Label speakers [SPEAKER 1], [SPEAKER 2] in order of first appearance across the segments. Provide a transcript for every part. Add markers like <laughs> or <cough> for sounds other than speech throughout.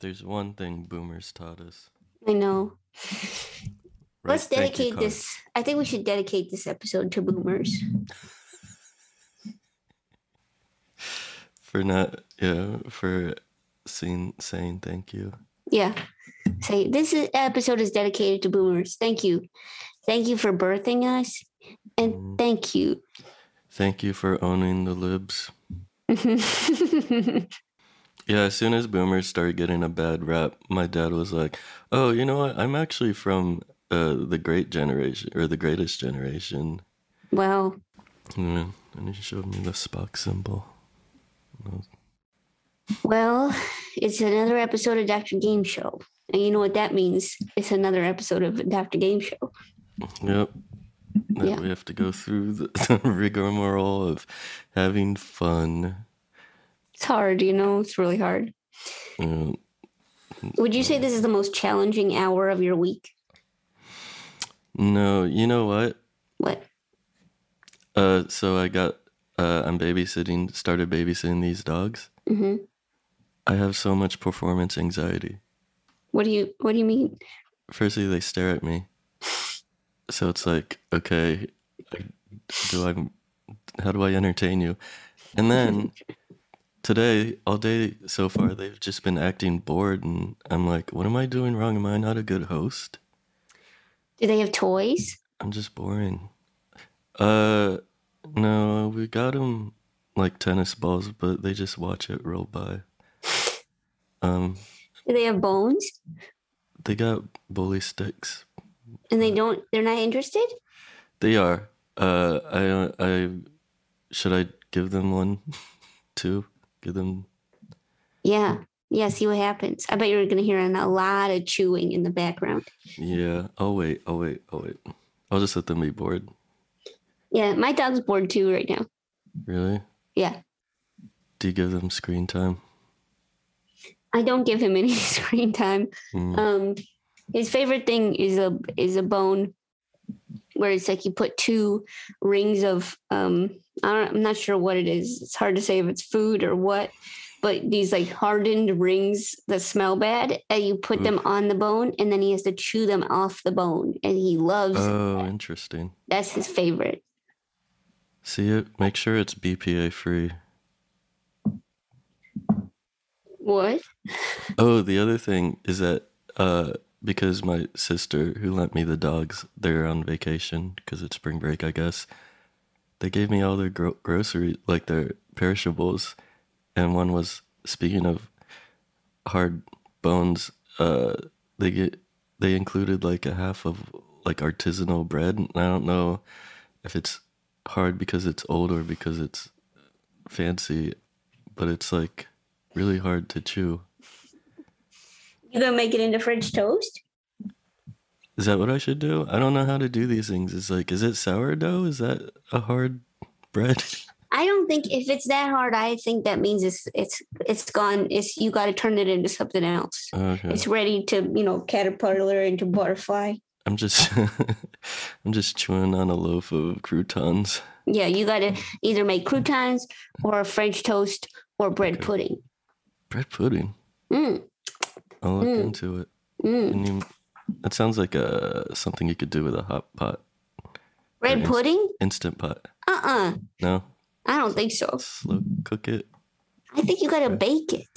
[SPEAKER 1] There's one thing boomers taught us.
[SPEAKER 2] I know.
[SPEAKER 1] Write
[SPEAKER 2] Let's
[SPEAKER 1] thank you
[SPEAKER 2] dedicate
[SPEAKER 1] cards.
[SPEAKER 2] this. I think we should dedicate this episode to boomers.
[SPEAKER 1] for not yeah for seeing saying thank you.
[SPEAKER 2] Yeah. Say this is, episode is dedicated to boomers. Thank you. Thank you for birthing us. And
[SPEAKER 1] Mhm.
[SPEAKER 2] thank you. <laughs>
[SPEAKER 1] Thank you for owning the libs. Yeah, as soon as boomers started getting a bad rap, my dad was like, "Oh, you know what? I'm actually from uh, the great generation or the greatest generation."
[SPEAKER 2] wow.
[SPEAKER 1] And and he showed me the Spock symbol.
[SPEAKER 2] Well, it's another episode of Dr. Game Show. And you know what that means? It's another episode of Dr. Game Show.
[SPEAKER 1] Yep. Now
[SPEAKER 2] Yeah.
[SPEAKER 1] we have to go through the, <laughs> the rigmarole of having fun.
[SPEAKER 2] It's hard, you know, it's really hard.
[SPEAKER 1] Uh,
[SPEAKER 2] Would
[SPEAKER 1] Mm-hmm.
[SPEAKER 2] you say this is the most challenging hour of your week?
[SPEAKER 1] no, you know what?
[SPEAKER 2] What?
[SPEAKER 1] Uh, so I got uh, I'm babysitting, started babysitting these dogs.
[SPEAKER 2] hmm
[SPEAKER 1] I have so much performance anxiety.
[SPEAKER 2] What do you what do you mean?
[SPEAKER 1] firstly they stare at me so it's like okay do i how do i entertain you and then today all day so far they've just been acting bored and i'm like what am i doing wrong am i not a good host
[SPEAKER 2] Do they have toys?
[SPEAKER 1] i'm just boring uh no we got them like tennis balls but they just watch it roll by um
[SPEAKER 2] Do they have bones?
[SPEAKER 1] they got bully sticks
[SPEAKER 2] And they don't they're not interested?
[SPEAKER 1] They are. Uh, I don't- I should I give them one, <laughs> two? Give them.
[SPEAKER 2] Yeah. Yeah, see what happens. I bet you're gonna hear an- a lot of chewing in the background.
[SPEAKER 1] Yeah. Oh wait. Oh wait. Oh wait. I'll just let them be bored.
[SPEAKER 2] Yeah, my dog's bored too right now.
[SPEAKER 1] Really?
[SPEAKER 2] Yeah.
[SPEAKER 1] Do you give them screen time?
[SPEAKER 2] I don't give him any <laughs> screen time.
[SPEAKER 1] Mm.
[SPEAKER 2] Um, his favorite thing is a is a bone, where it's like you put two rings of um. I don't, I'm not sure what it is. It's hard to say if it's food or what, but these like hardened rings that smell bad, and you put them on the bone, and then he has to chew them off the bone, and he loves.
[SPEAKER 1] Oh, interesting.
[SPEAKER 2] that's his favorite.
[SPEAKER 1] See it. Make sure it's BPA free.
[SPEAKER 2] What?
[SPEAKER 1] Oh, the other thing is that uh, because my sister who lent me the dogs, they're on vacation because it's spring break, I guess. They gave me all their gro- groceries, like their perishables, and one was speaking of hard bones. Uh, they get they included like a half of like artisanal bread, and I don't know if it's hard because it's old or because it's fancy, but it's like really hard to chew.
[SPEAKER 2] You gonna make it into French toast?
[SPEAKER 1] Is that what I should do? I don't know how to do these things. It's like, is it sourdough? Is that a hard bread? <laughs>
[SPEAKER 2] I don't think if it's that hard, I think that means it's it's it's gone. It's you got to turn it into something else.
[SPEAKER 1] Okay.
[SPEAKER 2] It's ready to you know caterpillar into butterfly.
[SPEAKER 1] I'm just <laughs> I'm just chewing on a loaf of croutons.
[SPEAKER 2] Yeah, you got to either make croutons or French toast or bread
[SPEAKER 1] Okay.
[SPEAKER 2] pudding.
[SPEAKER 1] Bread pudding.
[SPEAKER 2] Mm,
[SPEAKER 1] I'll look
[SPEAKER 2] Mm.
[SPEAKER 1] into it.
[SPEAKER 2] mm.
[SPEAKER 1] And you, that sounds like a something you could do with a hot pot,
[SPEAKER 2] Bread
[SPEAKER 1] Nice.
[SPEAKER 2] pudding?
[SPEAKER 1] instant pot.
[SPEAKER 2] Uh uh
[SPEAKER 1] No,
[SPEAKER 2] I don't think so.
[SPEAKER 1] slow cook it.
[SPEAKER 2] I think you got to bake it.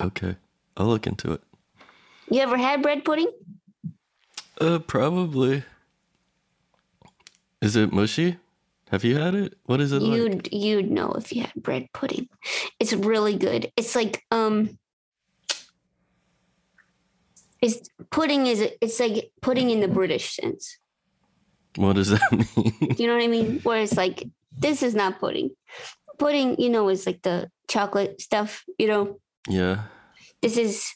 [SPEAKER 1] Okay, I'll look into it.
[SPEAKER 2] You ever had bread pudding?
[SPEAKER 1] Uh, probably. Is it mushy? Have you had it? What is it like?
[SPEAKER 2] You'd you'd know if you had bread pudding. It's really good. It's like um it's pudding is it's like pudding in the British sense.
[SPEAKER 1] What does that <laughs> mean?
[SPEAKER 2] You know what I mean? Where it's like this is not pudding. Pudding, you know, is like the chocolate stuff, you know.
[SPEAKER 1] yeah.
[SPEAKER 2] This is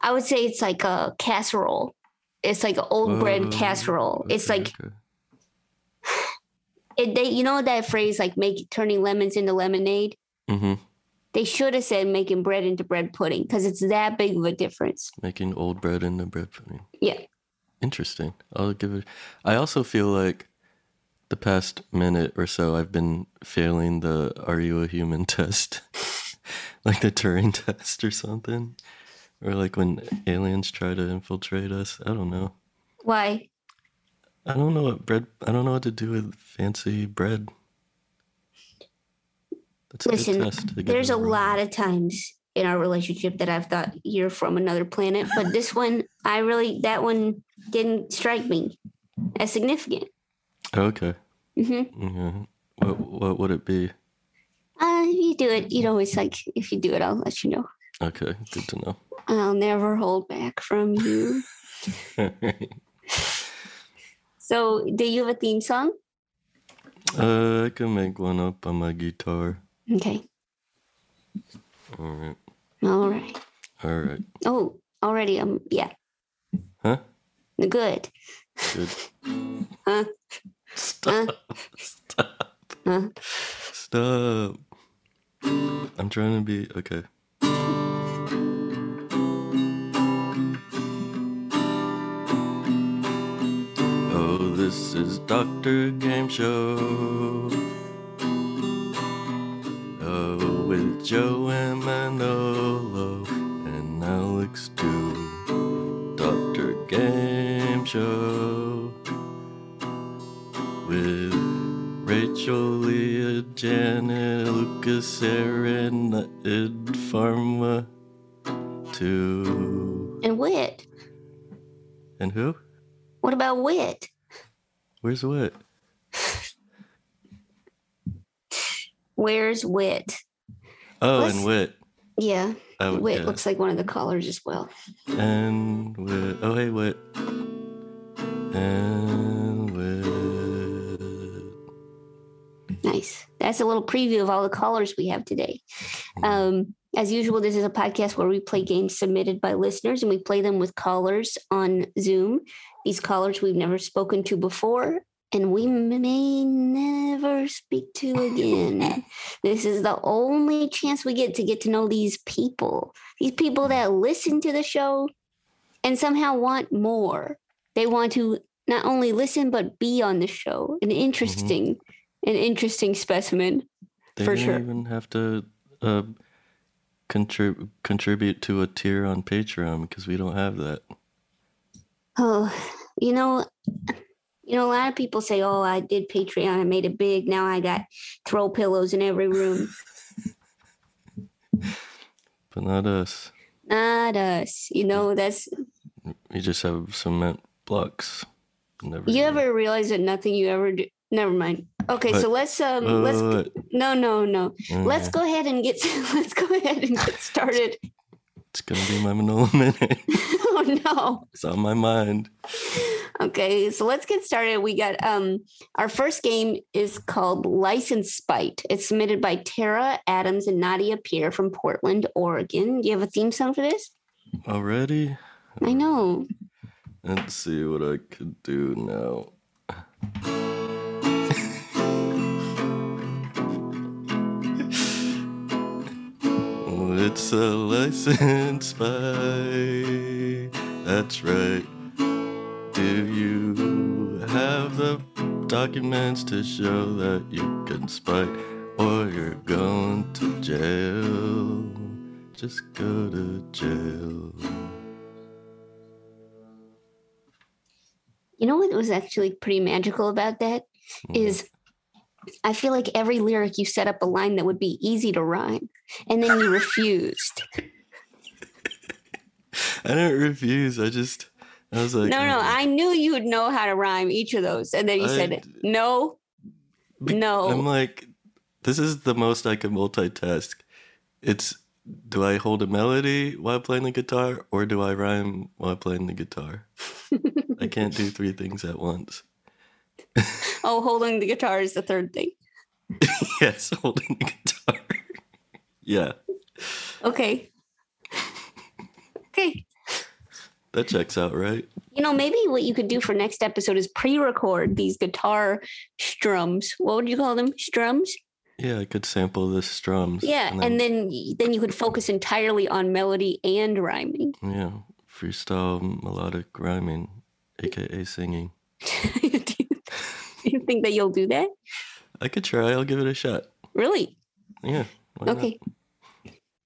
[SPEAKER 2] I would say it's like a casserole. It's like an old bread
[SPEAKER 1] Oh,
[SPEAKER 2] casserole. It's
[SPEAKER 1] Okay,
[SPEAKER 2] like
[SPEAKER 1] okay.
[SPEAKER 2] <sighs> it, they you know that phrase like make turning lemons into lemonade?
[SPEAKER 1] Mm-hmm.
[SPEAKER 2] They should have said making bread into bread pudding because it's that big of a difference.
[SPEAKER 1] Making old bread into bread pudding.
[SPEAKER 2] Yeah.
[SPEAKER 1] Interesting. I'll give it. I also feel like the past minute or so, I've been failing <laughs> the "Are you a human?" test, like the Turing test or something. Or like when aliens try to infiltrate us. I don't know.
[SPEAKER 2] Why?
[SPEAKER 1] I don't know what bread. I don't know what to do with fancy bread. That's
[SPEAKER 2] Listen,
[SPEAKER 1] test to get
[SPEAKER 2] There's a
[SPEAKER 1] over with.
[SPEAKER 2] lot of times in our relationship that I've thought you're from another planet, but this one, I really, that one didn't strike me as significant.
[SPEAKER 1] Okay.
[SPEAKER 2] hmm
[SPEAKER 1] Yeah. What What would it be?
[SPEAKER 2] Uh, if you do it, you'd always like, if you do it, I'll let you know.
[SPEAKER 1] Okay. Good to know. <laughs>
[SPEAKER 2] I'll never hold back from you. so, do you have a theme song?
[SPEAKER 1] uh, I can make one up on my guitar.
[SPEAKER 2] Okay.
[SPEAKER 1] All right.
[SPEAKER 2] All right.
[SPEAKER 1] All right.
[SPEAKER 2] Oh, already. Um, yeah.
[SPEAKER 1] Huh?
[SPEAKER 2] Good.
[SPEAKER 1] Good.
[SPEAKER 2] Huh?
[SPEAKER 1] <laughs> Stop. Stop.
[SPEAKER 2] Huh?
[SPEAKER 1] Stop. I'm trying to be okay. Oh, this is Dr. Game Show. Oh, with Joe and Manolo and Alex too. Dr. Game Show with Rachel, Leah, Janet, Lucas, Aaron, Id Pharma, two.
[SPEAKER 2] And Wit.
[SPEAKER 1] And who?
[SPEAKER 2] What about Wit?
[SPEAKER 1] Where's what?
[SPEAKER 2] Where's Wit?
[SPEAKER 1] Oh,
[SPEAKER 2] What's-
[SPEAKER 1] and Wit.
[SPEAKER 2] Yeah.
[SPEAKER 1] Oh,
[SPEAKER 2] Wit
[SPEAKER 1] yeah.
[SPEAKER 2] looks like one of the callers as well.
[SPEAKER 1] And Wit. Oh, hey, Wit. And Wit.
[SPEAKER 2] Nice. That's a little preview of all the callers we have today. Um, as usual, this is a podcast where we play games submitted by listeners and we play them with callers on Zoom. These callers we've never spoken to before and we may never speak to again. this is the only chance we get to get to know these people, these people that listen to the show and somehow want more. They want to not only listen, but be on the show.
[SPEAKER 1] Mm-hmm.
[SPEAKER 2] An interesting, an interesting specimen.
[SPEAKER 1] They
[SPEAKER 2] For
[SPEAKER 1] didn't
[SPEAKER 2] sure.
[SPEAKER 1] even have to uh, contrib- contribute to a tier on Patreon because we don't have that.
[SPEAKER 2] Oh, you know, you know, a lot of people say, "Oh, I did Patreon, I made it big. Now I got throw pillows in
[SPEAKER 1] <laughs>
[SPEAKER 2] every room."
[SPEAKER 1] But not us.
[SPEAKER 2] Not us. You
[SPEAKER 1] Mm-hmm.
[SPEAKER 2] know, that's
[SPEAKER 1] We just have cement blocks. Never
[SPEAKER 2] you ever realize that nothing you ever do. Never mind. Okay, so let's um,
[SPEAKER 1] Wait,
[SPEAKER 2] let's
[SPEAKER 1] wait, wait. Mm.
[SPEAKER 2] no, no, no. Let's
[SPEAKER 1] Okay.
[SPEAKER 2] go ahead and get <laughs> let's go ahead and get started. <laughs>
[SPEAKER 1] It's gonna be my <laughs> Manola minute.
[SPEAKER 2] oh no.
[SPEAKER 1] it's on my mind.
[SPEAKER 2] Okay, so let's get started. We got um our first game is called License Spite. It's submitted by Tara Adams and Nadia Pierre from Portland, Oregon. Do you have a theme song for this?
[SPEAKER 1] Already?
[SPEAKER 2] I
[SPEAKER 1] Mm-hmm.
[SPEAKER 2] know.
[SPEAKER 1] Let's see what I could do now. <laughs> it's a license by. That's right. Do you have the documents to show that you can spite or you're going to jail? Just go to jail.
[SPEAKER 2] You know what was actually pretty magical about that
[SPEAKER 1] Mm-hmm.
[SPEAKER 2] is I feel like every lyric you set up a line that would be easy to rhyme and then you
[SPEAKER 1] <laughs>
[SPEAKER 2] refused.
[SPEAKER 1] I didn't refuse. I just I was like
[SPEAKER 2] No, no, I knew you would know how to rhyme each of those and then you
[SPEAKER 1] I-
[SPEAKER 2] said no.
[SPEAKER 1] Be-
[SPEAKER 2] No.
[SPEAKER 1] I'm like this is the most I can multitask. It's do I hold a melody while playing the guitar or do I rhyme while playing the
[SPEAKER 2] <laughs>
[SPEAKER 1] guitar? I can't do three things at once. <laughs>
[SPEAKER 2] Oh, holding the guitar is the third thing.
[SPEAKER 1] Yes, holding the guitar. <laughs> yeah,
[SPEAKER 2] Okay. Okay.
[SPEAKER 1] that checks out, right?
[SPEAKER 2] You know, maybe what you could do for next episode is pre-record these guitar strums. What would you call them? Strums?
[SPEAKER 1] Yeah, I could sample the strums.
[SPEAKER 2] Yeah, and then y- then you could focus entirely on melody and rhyming. <laughs>
[SPEAKER 1] yeah, freestyle melodic rhyming, aka singing.
[SPEAKER 2] do, you, do you think that you'll do that?
[SPEAKER 1] I could try. I'll give it a shot.
[SPEAKER 2] Really?
[SPEAKER 1] Yeah. why not?
[SPEAKER 2] Okay.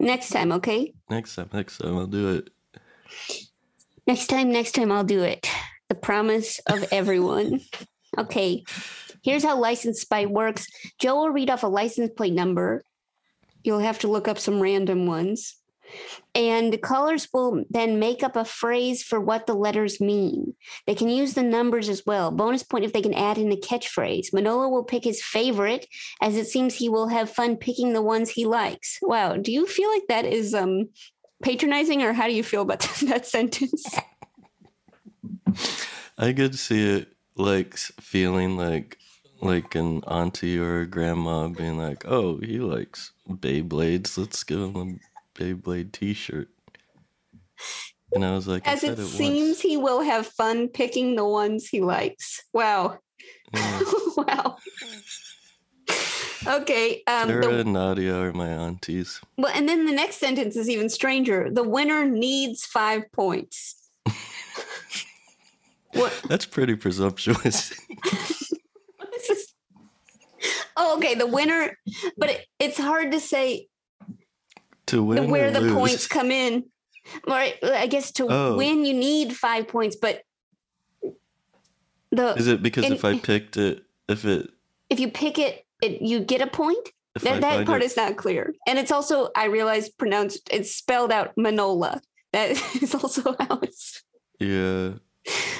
[SPEAKER 2] Next time, okay?
[SPEAKER 1] Next time, next time I'll do it.
[SPEAKER 2] Next time, next time, I'll do it. The promise
[SPEAKER 1] <laughs>
[SPEAKER 2] of everyone. okay. Here's how license spy works Joe will read off a license plate number. You'll have to look up some random ones. And callers will then make up a phrase for what the letters mean. They can use the numbers as well. Bonus point if they can add in a catchphrase. Manolo will pick his favorite, as it seems he will have fun picking the ones he likes. Wow, do you feel like that is um, patronizing, or how do you feel about <laughs> that sentence?
[SPEAKER 1] I could see it like feeling like like an auntie or a grandma being like, "Oh, he likes Beyblades. Let's give him a Beyblade T-shirt." And I was like,
[SPEAKER 2] As
[SPEAKER 1] I
[SPEAKER 2] it,
[SPEAKER 1] said it
[SPEAKER 2] seems,
[SPEAKER 1] once.
[SPEAKER 2] he will have fun picking the ones he likes. Wow.
[SPEAKER 1] Yeah.
[SPEAKER 2] <laughs> wow. okay. Um,
[SPEAKER 1] Tara
[SPEAKER 2] the,
[SPEAKER 1] and Nadia are my aunties.
[SPEAKER 2] well, and then the next sentence is even stranger. The winner needs five points. <laughs> what?
[SPEAKER 1] <laughs> That's pretty presumptuous. <laughs>
[SPEAKER 2] what is this? Oh, okay. The winner, but it, it's hard to say
[SPEAKER 1] to win
[SPEAKER 2] where
[SPEAKER 1] or
[SPEAKER 2] the
[SPEAKER 1] lose.
[SPEAKER 2] points come in. Or I guess to
[SPEAKER 1] Oh.
[SPEAKER 2] win, you need five points, but the
[SPEAKER 1] Is it because
[SPEAKER 2] And-
[SPEAKER 1] if I picked it, if it,
[SPEAKER 2] if you pick it, it you get a point.
[SPEAKER 1] if I
[SPEAKER 2] That, that
[SPEAKER 1] find
[SPEAKER 2] part
[SPEAKER 1] it,
[SPEAKER 2] is not clear. And it's also, I realize, pronounced, it's spelled out Manola. That <laughs> is also how it's.
[SPEAKER 1] yeah.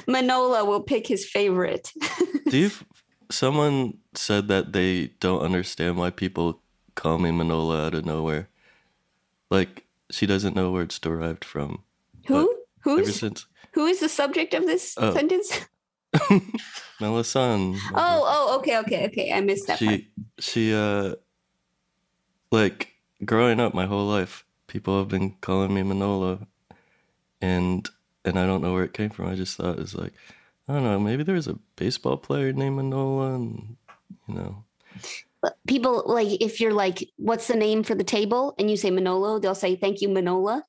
[SPEAKER 2] Manola will pick his favorite. <laughs>
[SPEAKER 1] Do you? f- Someone said that they don't understand why people call me Manola out of nowhere. Like she doesn't know where it's derived from.
[SPEAKER 2] Who?
[SPEAKER 1] Ever
[SPEAKER 2] Who's
[SPEAKER 1] since
[SPEAKER 2] who is the subject of this
[SPEAKER 1] Oh.
[SPEAKER 2] sentence?
[SPEAKER 1] Melisan.
[SPEAKER 2] <laughs> Oh, oh, okay, okay, okay. I missed that part.
[SPEAKER 1] she she uh like growing up my whole life people have been calling me manolo and and i don't know where it came from i just thought it was like i don't know maybe there was a baseball player named manola and you know
[SPEAKER 2] But People like if you're like, what's the name for the table? And you say Manolo, they'll say thank you, Manola.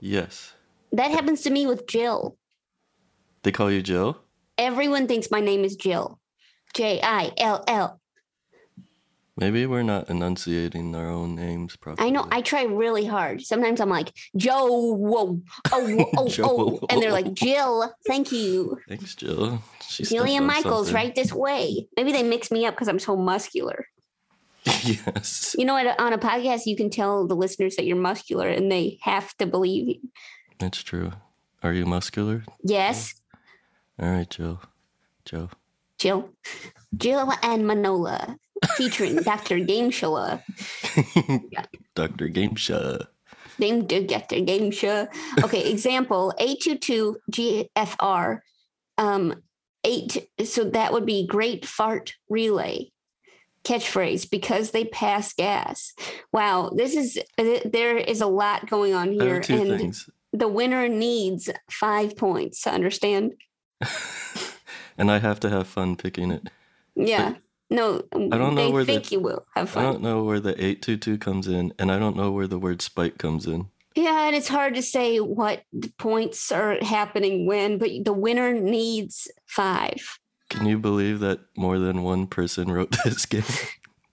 [SPEAKER 1] yes
[SPEAKER 2] That happens to me with Jill.
[SPEAKER 1] they call you jill
[SPEAKER 2] Everyone thinks my name is Jill. J I L L.
[SPEAKER 1] maybe we're not enunciating our own names properly
[SPEAKER 2] I know. I try really hard. Sometimes I'm like, Joe, whoa, oh, whoa,
[SPEAKER 1] <laughs>
[SPEAKER 2] oh,
[SPEAKER 1] Joe,
[SPEAKER 2] oh. And they're
[SPEAKER 1] whoa.
[SPEAKER 2] like, Jill, thank you.
[SPEAKER 1] thanks jill she stepped
[SPEAKER 2] Jillian
[SPEAKER 1] on
[SPEAKER 2] Michaels,
[SPEAKER 1] something.
[SPEAKER 2] right this way. Maybe they mix me up because I'm so muscular.
[SPEAKER 1] <laughs> yes
[SPEAKER 2] You know, what? on a podcast, you can tell the listeners that you're muscular and they have to believe you.
[SPEAKER 1] that's true are you muscular
[SPEAKER 2] Yes,
[SPEAKER 1] all right jill joe
[SPEAKER 2] Jill. Jill and Manola
[SPEAKER 1] <laughs>
[SPEAKER 2] featuring Dr. Gameshula.
[SPEAKER 1] dr gamesha
[SPEAKER 2] Name to get their game show.
[SPEAKER 1] <laughs>
[SPEAKER 2] Okay, example A22GFR. Um, eight. So that would be great fart relay catchphrase because they pass gas. Wow, this is uh, there is a lot going on
[SPEAKER 1] I
[SPEAKER 2] here,
[SPEAKER 1] have
[SPEAKER 2] and
[SPEAKER 1] two things
[SPEAKER 2] the winner needs five points. to Understand?
[SPEAKER 1] and I have to have fun picking it.
[SPEAKER 2] Yeah. No, I
[SPEAKER 1] don't know
[SPEAKER 2] they
[SPEAKER 1] where the-
[SPEAKER 2] think you will have
[SPEAKER 1] I
[SPEAKER 2] fun.
[SPEAKER 1] don't know where the 822 comes in, and I don't know where the word spike comes in.
[SPEAKER 2] Yeah, and it's hard to say what points are happening when, but the winner needs five.
[SPEAKER 1] Can you believe that more than one person wrote <laughs> this game?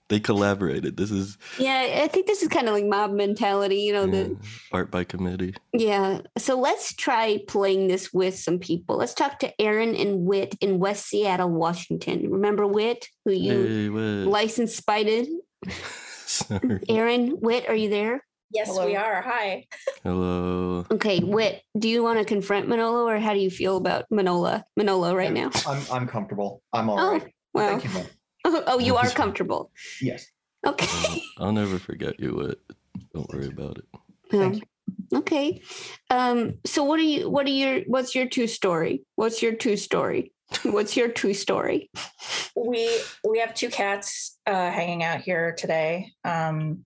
[SPEAKER 1] they collaborated. This is
[SPEAKER 2] Yeah, I think this is kind of like mob mentality, you know.
[SPEAKER 1] yeah,
[SPEAKER 2] The
[SPEAKER 1] art by committee.
[SPEAKER 2] yeah. So let's try playing this with some people. Let's talk to Aaron and Wit in West Seattle, Washington. Remember Wit, who you
[SPEAKER 1] Hey, wait.
[SPEAKER 2] licensed spited?
[SPEAKER 1] Sorry.
[SPEAKER 2] Aaron, Wit, are you there?
[SPEAKER 3] Yes, we are. Hi.
[SPEAKER 1] Hello.
[SPEAKER 2] Okay, Wit, do you want to confront Manolo, or how do you feel about Manola, Manolo, right now?
[SPEAKER 4] I'm I'm comfortable. I'm all
[SPEAKER 2] Oh,
[SPEAKER 4] right.
[SPEAKER 2] Well,
[SPEAKER 4] Thank you. ma'am.
[SPEAKER 2] <laughs> oh, you are comfortable.
[SPEAKER 4] Yes.
[SPEAKER 1] I'll,
[SPEAKER 2] Okay.
[SPEAKER 1] I'll never forget you. What? Don't worry about it.
[SPEAKER 4] Thank
[SPEAKER 2] Um, okay. Um, so what are you what are your what's your two story? What's your two story? What's your two story?
[SPEAKER 3] We we have two cats uh, hanging out here today. Um,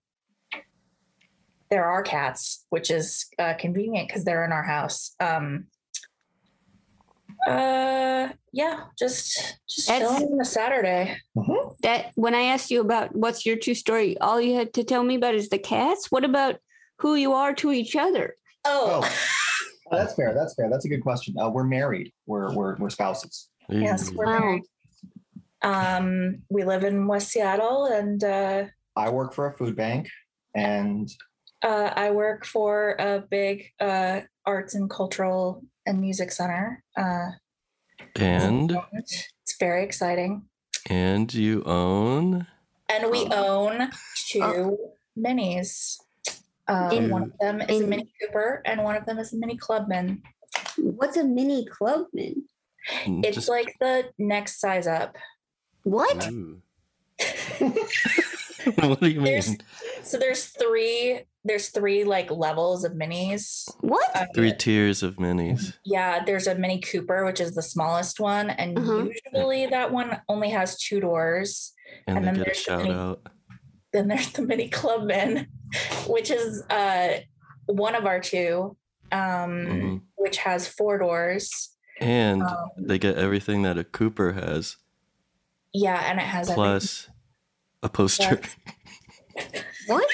[SPEAKER 3] there are cats, which is uh, convenient because they're in our house. Um, uh, yeah, just just
[SPEAKER 2] That's-
[SPEAKER 3] chilling on a Saturday.
[SPEAKER 4] Mhm.
[SPEAKER 2] That when I asked you about what's your two story, all you had to tell me about is the cats. What about who you are to each other?
[SPEAKER 3] Oh,
[SPEAKER 4] Oh.
[SPEAKER 3] <laughs>
[SPEAKER 4] Oh, that's fair. That's fair. That's a good question. Uh, we're married. We're we're we're spouses.
[SPEAKER 3] yes,
[SPEAKER 4] Mm.
[SPEAKER 1] Hey,
[SPEAKER 3] we're
[SPEAKER 2] Wow.
[SPEAKER 3] married. Um, we live in West Seattle, and uh,
[SPEAKER 4] I work for a food bank, and
[SPEAKER 3] Uh, I work for a big uh, arts and cultural and music center. Uh, Oh.
[SPEAKER 1] And
[SPEAKER 3] it's very exciting.
[SPEAKER 1] and you own
[SPEAKER 3] And
[SPEAKER 2] Um,
[SPEAKER 3] we own two
[SPEAKER 2] Oh.
[SPEAKER 3] minis. Uh,
[SPEAKER 1] In-
[SPEAKER 3] one of them is a
[SPEAKER 2] in-
[SPEAKER 3] Mini Cooper, and one of them is a Mini Clubman.
[SPEAKER 2] What's a mini clubman?
[SPEAKER 1] Mm,
[SPEAKER 3] It's like the next size up.
[SPEAKER 2] What?
[SPEAKER 3] <laughs>
[SPEAKER 1] Ooh. what do you mean?
[SPEAKER 3] There's- So there's three. There's three like levels of minis.
[SPEAKER 2] What?
[SPEAKER 3] Uh,
[SPEAKER 1] Three tiers of minis.
[SPEAKER 3] Yeah, there's a Mini Cooper, which is the smallest one, and
[SPEAKER 2] Uh-huh.
[SPEAKER 3] usually that one only has two doors.
[SPEAKER 1] And,
[SPEAKER 3] And then
[SPEAKER 1] they get a
[SPEAKER 3] there's the
[SPEAKER 1] shout
[SPEAKER 3] mini-
[SPEAKER 1] out.
[SPEAKER 3] Then there's the Mini Clubman, which is uh, one of our two, um,
[SPEAKER 1] Mhm.
[SPEAKER 3] which has four doors.
[SPEAKER 1] And
[SPEAKER 3] Um,
[SPEAKER 1] they get everything that a Cooper has,
[SPEAKER 3] yeah, and it has everything.
[SPEAKER 1] plus a poster.
[SPEAKER 2] What?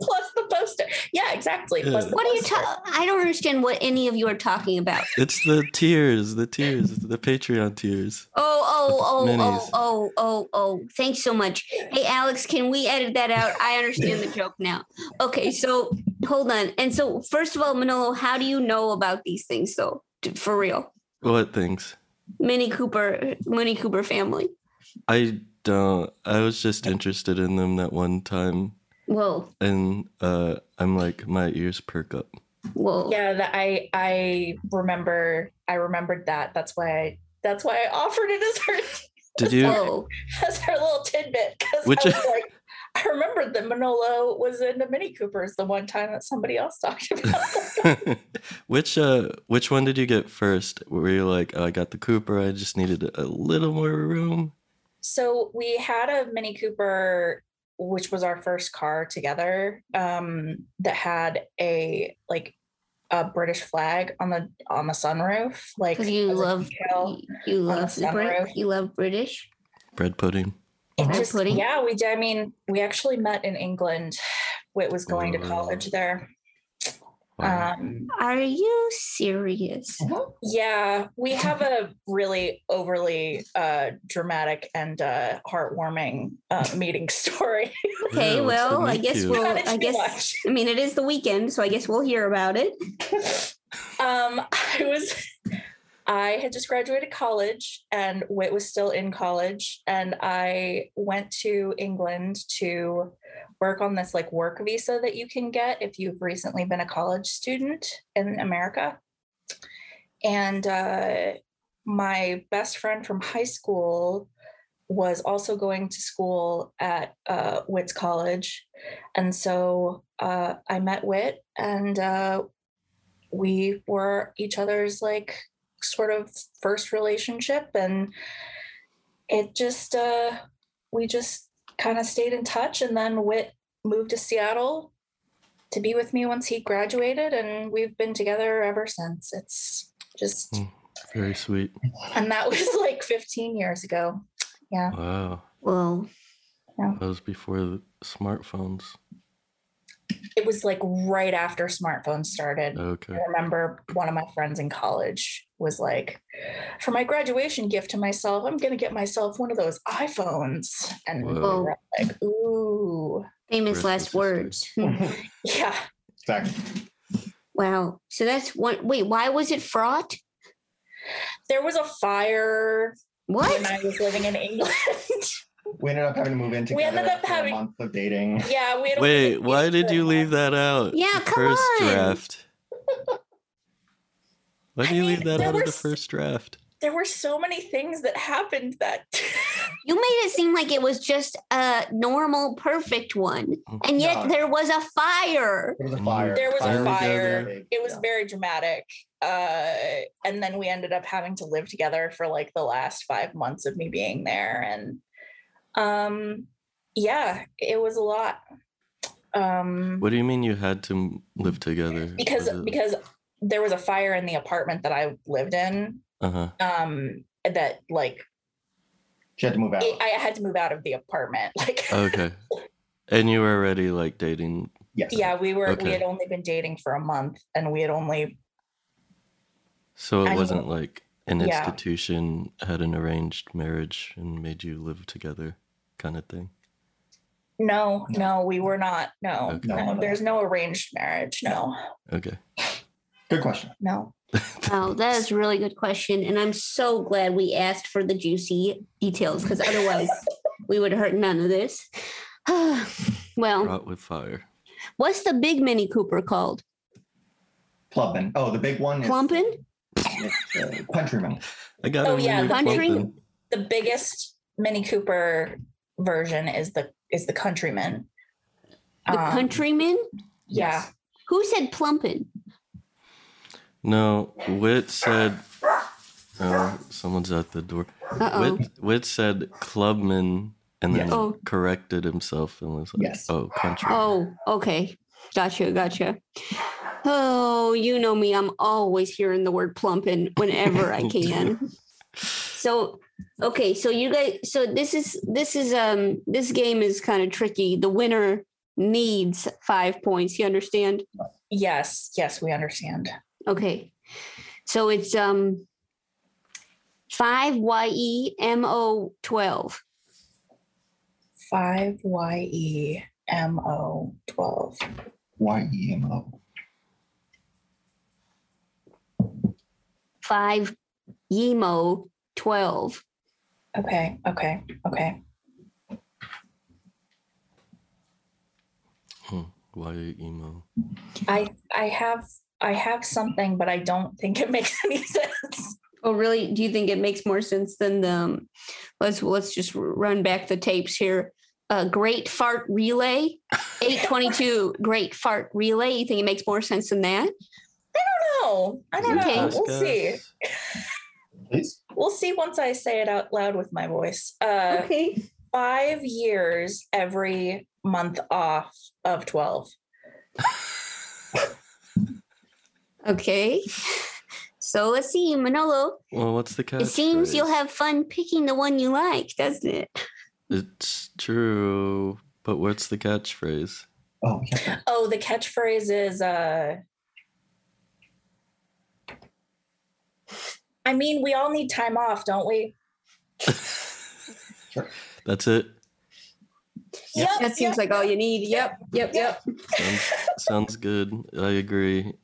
[SPEAKER 3] plus the poster. Yeah, exactly. Plus
[SPEAKER 1] Yeah.
[SPEAKER 3] the
[SPEAKER 2] What are you
[SPEAKER 3] poster.
[SPEAKER 2] talking? I don't understand what any of you are talking about.
[SPEAKER 1] <laughs> it's the tiers, the tiers, the Patreon tiers.
[SPEAKER 2] Oh, oh, oh,
[SPEAKER 1] Minis.
[SPEAKER 2] oh, oh, oh, oh. Thanks so much. Hey, Alex, can we edit that out? I understand the joke now. Okay, so hold on. And so, first of all, Manolo, how do you know about these things, though? D- For real,
[SPEAKER 1] What things?
[SPEAKER 2] Mini Cooper, Mini Cooper family.
[SPEAKER 1] I don't. I was just interested in them that one time,
[SPEAKER 2] Whoa,
[SPEAKER 1] and uh, I'm like, my ears perk up.
[SPEAKER 2] whoa.
[SPEAKER 3] Yeah, that I I remember I remembered that. That's why I that's why I offered it as her
[SPEAKER 1] <laughs> Did you?
[SPEAKER 2] Whoa.
[SPEAKER 3] as her little tidbit. 'cause
[SPEAKER 1] Which-
[SPEAKER 3] I
[SPEAKER 1] <laughs>
[SPEAKER 3] was like, I remembered that Manolo was in the Mini Coopers the one time that somebody else talked about.
[SPEAKER 1] which uh, which one did you get first? Were you like, oh, I got the Cooper. I just needed a little more room.
[SPEAKER 3] so we had a Mini Cooper, which was our first car together, um, that had a like a British flag on the on the sunroof. Like
[SPEAKER 2] Because you
[SPEAKER 3] as a
[SPEAKER 2] love
[SPEAKER 3] detail.
[SPEAKER 2] you
[SPEAKER 3] on a
[SPEAKER 2] love the
[SPEAKER 3] sunroof.
[SPEAKER 2] Brit, you love British.
[SPEAKER 1] Bread pudding.
[SPEAKER 3] It
[SPEAKER 1] Uh-huh.
[SPEAKER 2] Bread
[SPEAKER 3] just,
[SPEAKER 2] pudding?
[SPEAKER 3] yeah, we did. I mean, we actually met in England. Whit was going to
[SPEAKER 1] Wow.
[SPEAKER 3] college there.
[SPEAKER 1] Wow.
[SPEAKER 3] Um,
[SPEAKER 2] Are you serious?
[SPEAKER 3] yeah, we have a really overly uh, dramatic and uh, heartwarming uh, meeting <laughs> story.
[SPEAKER 2] Okay,
[SPEAKER 1] Yeah, what's the
[SPEAKER 2] well, I
[SPEAKER 1] meet
[SPEAKER 2] guess
[SPEAKER 1] cute?
[SPEAKER 2] we'll.
[SPEAKER 3] Not too
[SPEAKER 2] I guess.
[SPEAKER 3] much.
[SPEAKER 2] I mean, it is the weekend, so I guess we'll hear about it.
[SPEAKER 3] Um, I was, I had just graduated college, and Whit was still in college, and I went to England to work on this like work visa that you can get if you've recently been a college student in America. And uh, my best friend from high school was also going to school at uh, Witt's College, and so uh, I met Witt, and uh, we were each other's like sort of first relationship and it just uh we just kind of stayed in touch and then Whit moved to Seattle to be with me once he graduated and we've been together ever since. It's just
[SPEAKER 1] Mm. Very sweet.
[SPEAKER 3] and that was <laughs> like 15 years ago. Yeah.
[SPEAKER 1] Wow.
[SPEAKER 2] Well,
[SPEAKER 1] That was before the smartphones.
[SPEAKER 3] It was like right after smartphones started.
[SPEAKER 1] Okay.
[SPEAKER 3] I remember one of my friends in college was like, for my graduation gift to myself, I'm going to get myself one of those iPhones. And we
[SPEAKER 1] Whoa.
[SPEAKER 3] were like, ooh,
[SPEAKER 2] famous
[SPEAKER 1] Rest
[SPEAKER 2] last
[SPEAKER 1] in peace,
[SPEAKER 2] words. Hmm.
[SPEAKER 3] yeah.
[SPEAKER 4] exactly.
[SPEAKER 2] Wow. So that's one. Wait, why was it fraught?
[SPEAKER 3] There was a fire when
[SPEAKER 2] What?
[SPEAKER 3] I was living in England.
[SPEAKER 4] We ended up having to move in
[SPEAKER 3] We
[SPEAKER 4] together
[SPEAKER 3] ended up
[SPEAKER 4] after
[SPEAKER 3] having-
[SPEAKER 4] a month of dating.
[SPEAKER 3] yeah. We had a-
[SPEAKER 1] Wait, why did you leave that out?
[SPEAKER 2] Yeah,
[SPEAKER 1] The
[SPEAKER 2] come
[SPEAKER 1] first
[SPEAKER 2] on.
[SPEAKER 1] draft. Why
[SPEAKER 3] I
[SPEAKER 1] do you
[SPEAKER 3] mean,
[SPEAKER 1] leave that
[SPEAKER 3] there
[SPEAKER 1] out of
[SPEAKER 3] were
[SPEAKER 1] the
[SPEAKER 3] s-
[SPEAKER 1] first draft?
[SPEAKER 3] There were so many things that happened that. <laughs>
[SPEAKER 2] You made it seem like it was just a normal, perfect one,
[SPEAKER 4] Oh,
[SPEAKER 2] and yet
[SPEAKER 4] No.
[SPEAKER 2] there was a fire.
[SPEAKER 4] There was a
[SPEAKER 1] Mm.
[SPEAKER 4] fire.
[SPEAKER 3] There was a
[SPEAKER 1] Fire
[SPEAKER 3] fire.
[SPEAKER 4] together.
[SPEAKER 3] It was
[SPEAKER 4] Yeah.
[SPEAKER 3] very dramatic. Uh, and then we ended up having to live together for like the last five months of me being there. And um, yeah, it was a lot. Um,
[SPEAKER 1] What do you mean you had to m- live together?
[SPEAKER 3] because because there was a fire in the apartment that I lived in.
[SPEAKER 1] uh huh.
[SPEAKER 3] Um, that like
[SPEAKER 4] She had to move out.
[SPEAKER 3] I I had to move out of the apartment. <laughs> Like,
[SPEAKER 1] Okay. And you were already like dating.
[SPEAKER 4] yes.
[SPEAKER 3] yeah, we were
[SPEAKER 1] Okay.
[SPEAKER 3] we had only been dating for a month, and we had only
[SPEAKER 1] So
[SPEAKER 3] I
[SPEAKER 1] it
[SPEAKER 3] mean,
[SPEAKER 1] wasn't like an
[SPEAKER 3] yeah.
[SPEAKER 1] institution had an arranged marriage and made you live together kind of thing.
[SPEAKER 3] No, no, we were not. No,
[SPEAKER 1] Okay.
[SPEAKER 4] No,
[SPEAKER 3] no,
[SPEAKER 4] no, no.
[SPEAKER 3] there's no arranged marriage. No,
[SPEAKER 1] Okay.
[SPEAKER 4] Good question.
[SPEAKER 3] no.
[SPEAKER 2] Wow, Oh, that is a really good question. And I'm so glad we asked for the juicy details because
[SPEAKER 4] <laughs>
[SPEAKER 2] otherwise we would have heard none of this. <sighs> well,
[SPEAKER 1] Brought with fire.
[SPEAKER 2] what's the big Mini Cooper called?
[SPEAKER 4] Plumpin. Oh, the big one is
[SPEAKER 2] Plumpin?
[SPEAKER 4] it's, uh, countryman.
[SPEAKER 1] I got
[SPEAKER 3] Oh,
[SPEAKER 1] him
[SPEAKER 3] yeah,
[SPEAKER 1] in the
[SPEAKER 2] the country-
[SPEAKER 1] clumping.
[SPEAKER 3] The biggest Mini Cooper version is the is the Countryman.
[SPEAKER 2] The
[SPEAKER 3] Um,
[SPEAKER 2] countryman?
[SPEAKER 3] Yeah.
[SPEAKER 2] Who said plumpin?
[SPEAKER 1] No, Wit said. Oh, someone's at the door.
[SPEAKER 2] Uh oh.
[SPEAKER 1] Wit, Wit said clubman and then
[SPEAKER 4] Yes.
[SPEAKER 2] Oh.
[SPEAKER 1] corrected himself and was like,
[SPEAKER 4] Yes.
[SPEAKER 1] oh, country.
[SPEAKER 2] Oh, okay. Gotcha, gotcha. Oh, you know me. I'm always hearing the word plumpin whenever I can. So, okay, so you guys, so this is this is um this game is kind of tricky. The winner needs five points. You understand?
[SPEAKER 3] Yes. Yes, we understand.
[SPEAKER 2] Okay. So it's um five Y E M O twelve.
[SPEAKER 3] Five Y E M O twelve.
[SPEAKER 4] Y E M O.
[SPEAKER 2] Five Yemo twelve.
[SPEAKER 3] Okay. Okay. Okay.
[SPEAKER 1] Hmm. Why are you emo?
[SPEAKER 3] I I have I have something, but I don't think it <laughs> makes any sense.
[SPEAKER 2] <coughs> Oh, really? Do you think it makes more sense than the? um, let's let's just r- run back the tapes here. Uh, great fart
[SPEAKER 3] <laughs>
[SPEAKER 2] relay, eight twenty two. Great fart relay. You think it makes more sense than that?
[SPEAKER 3] No, I don't
[SPEAKER 2] Okay.
[SPEAKER 3] know.
[SPEAKER 1] Yes,
[SPEAKER 3] We'll
[SPEAKER 1] guys.
[SPEAKER 3] see.
[SPEAKER 4] Please.
[SPEAKER 3] We'll see once I say it out loud with my voice. Uh,
[SPEAKER 2] Okay.
[SPEAKER 3] Five years every month off of 12. <laughs>
[SPEAKER 2] Okay. So let's see, Manolo.
[SPEAKER 1] Well, what's the catch?
[SPEAKER 2] it seems you'll have fun picking the one you like, doesn't it?
[SPEAKER 1] It's true, but what's the catchphrase?
[SPEAKER 4] Oh, yeah.
[SPEAKER 3] Oh, the catchphrase is uh, I mean, we all need time off, don't we?
[SPEAKER 1] That's it.
[SPEAKER 4] Yep,
[SPEAKER 2] That seems like all you need. Yep. Yep. Yep.
[SPEAKER 1] Sounds, sounds good. I agree.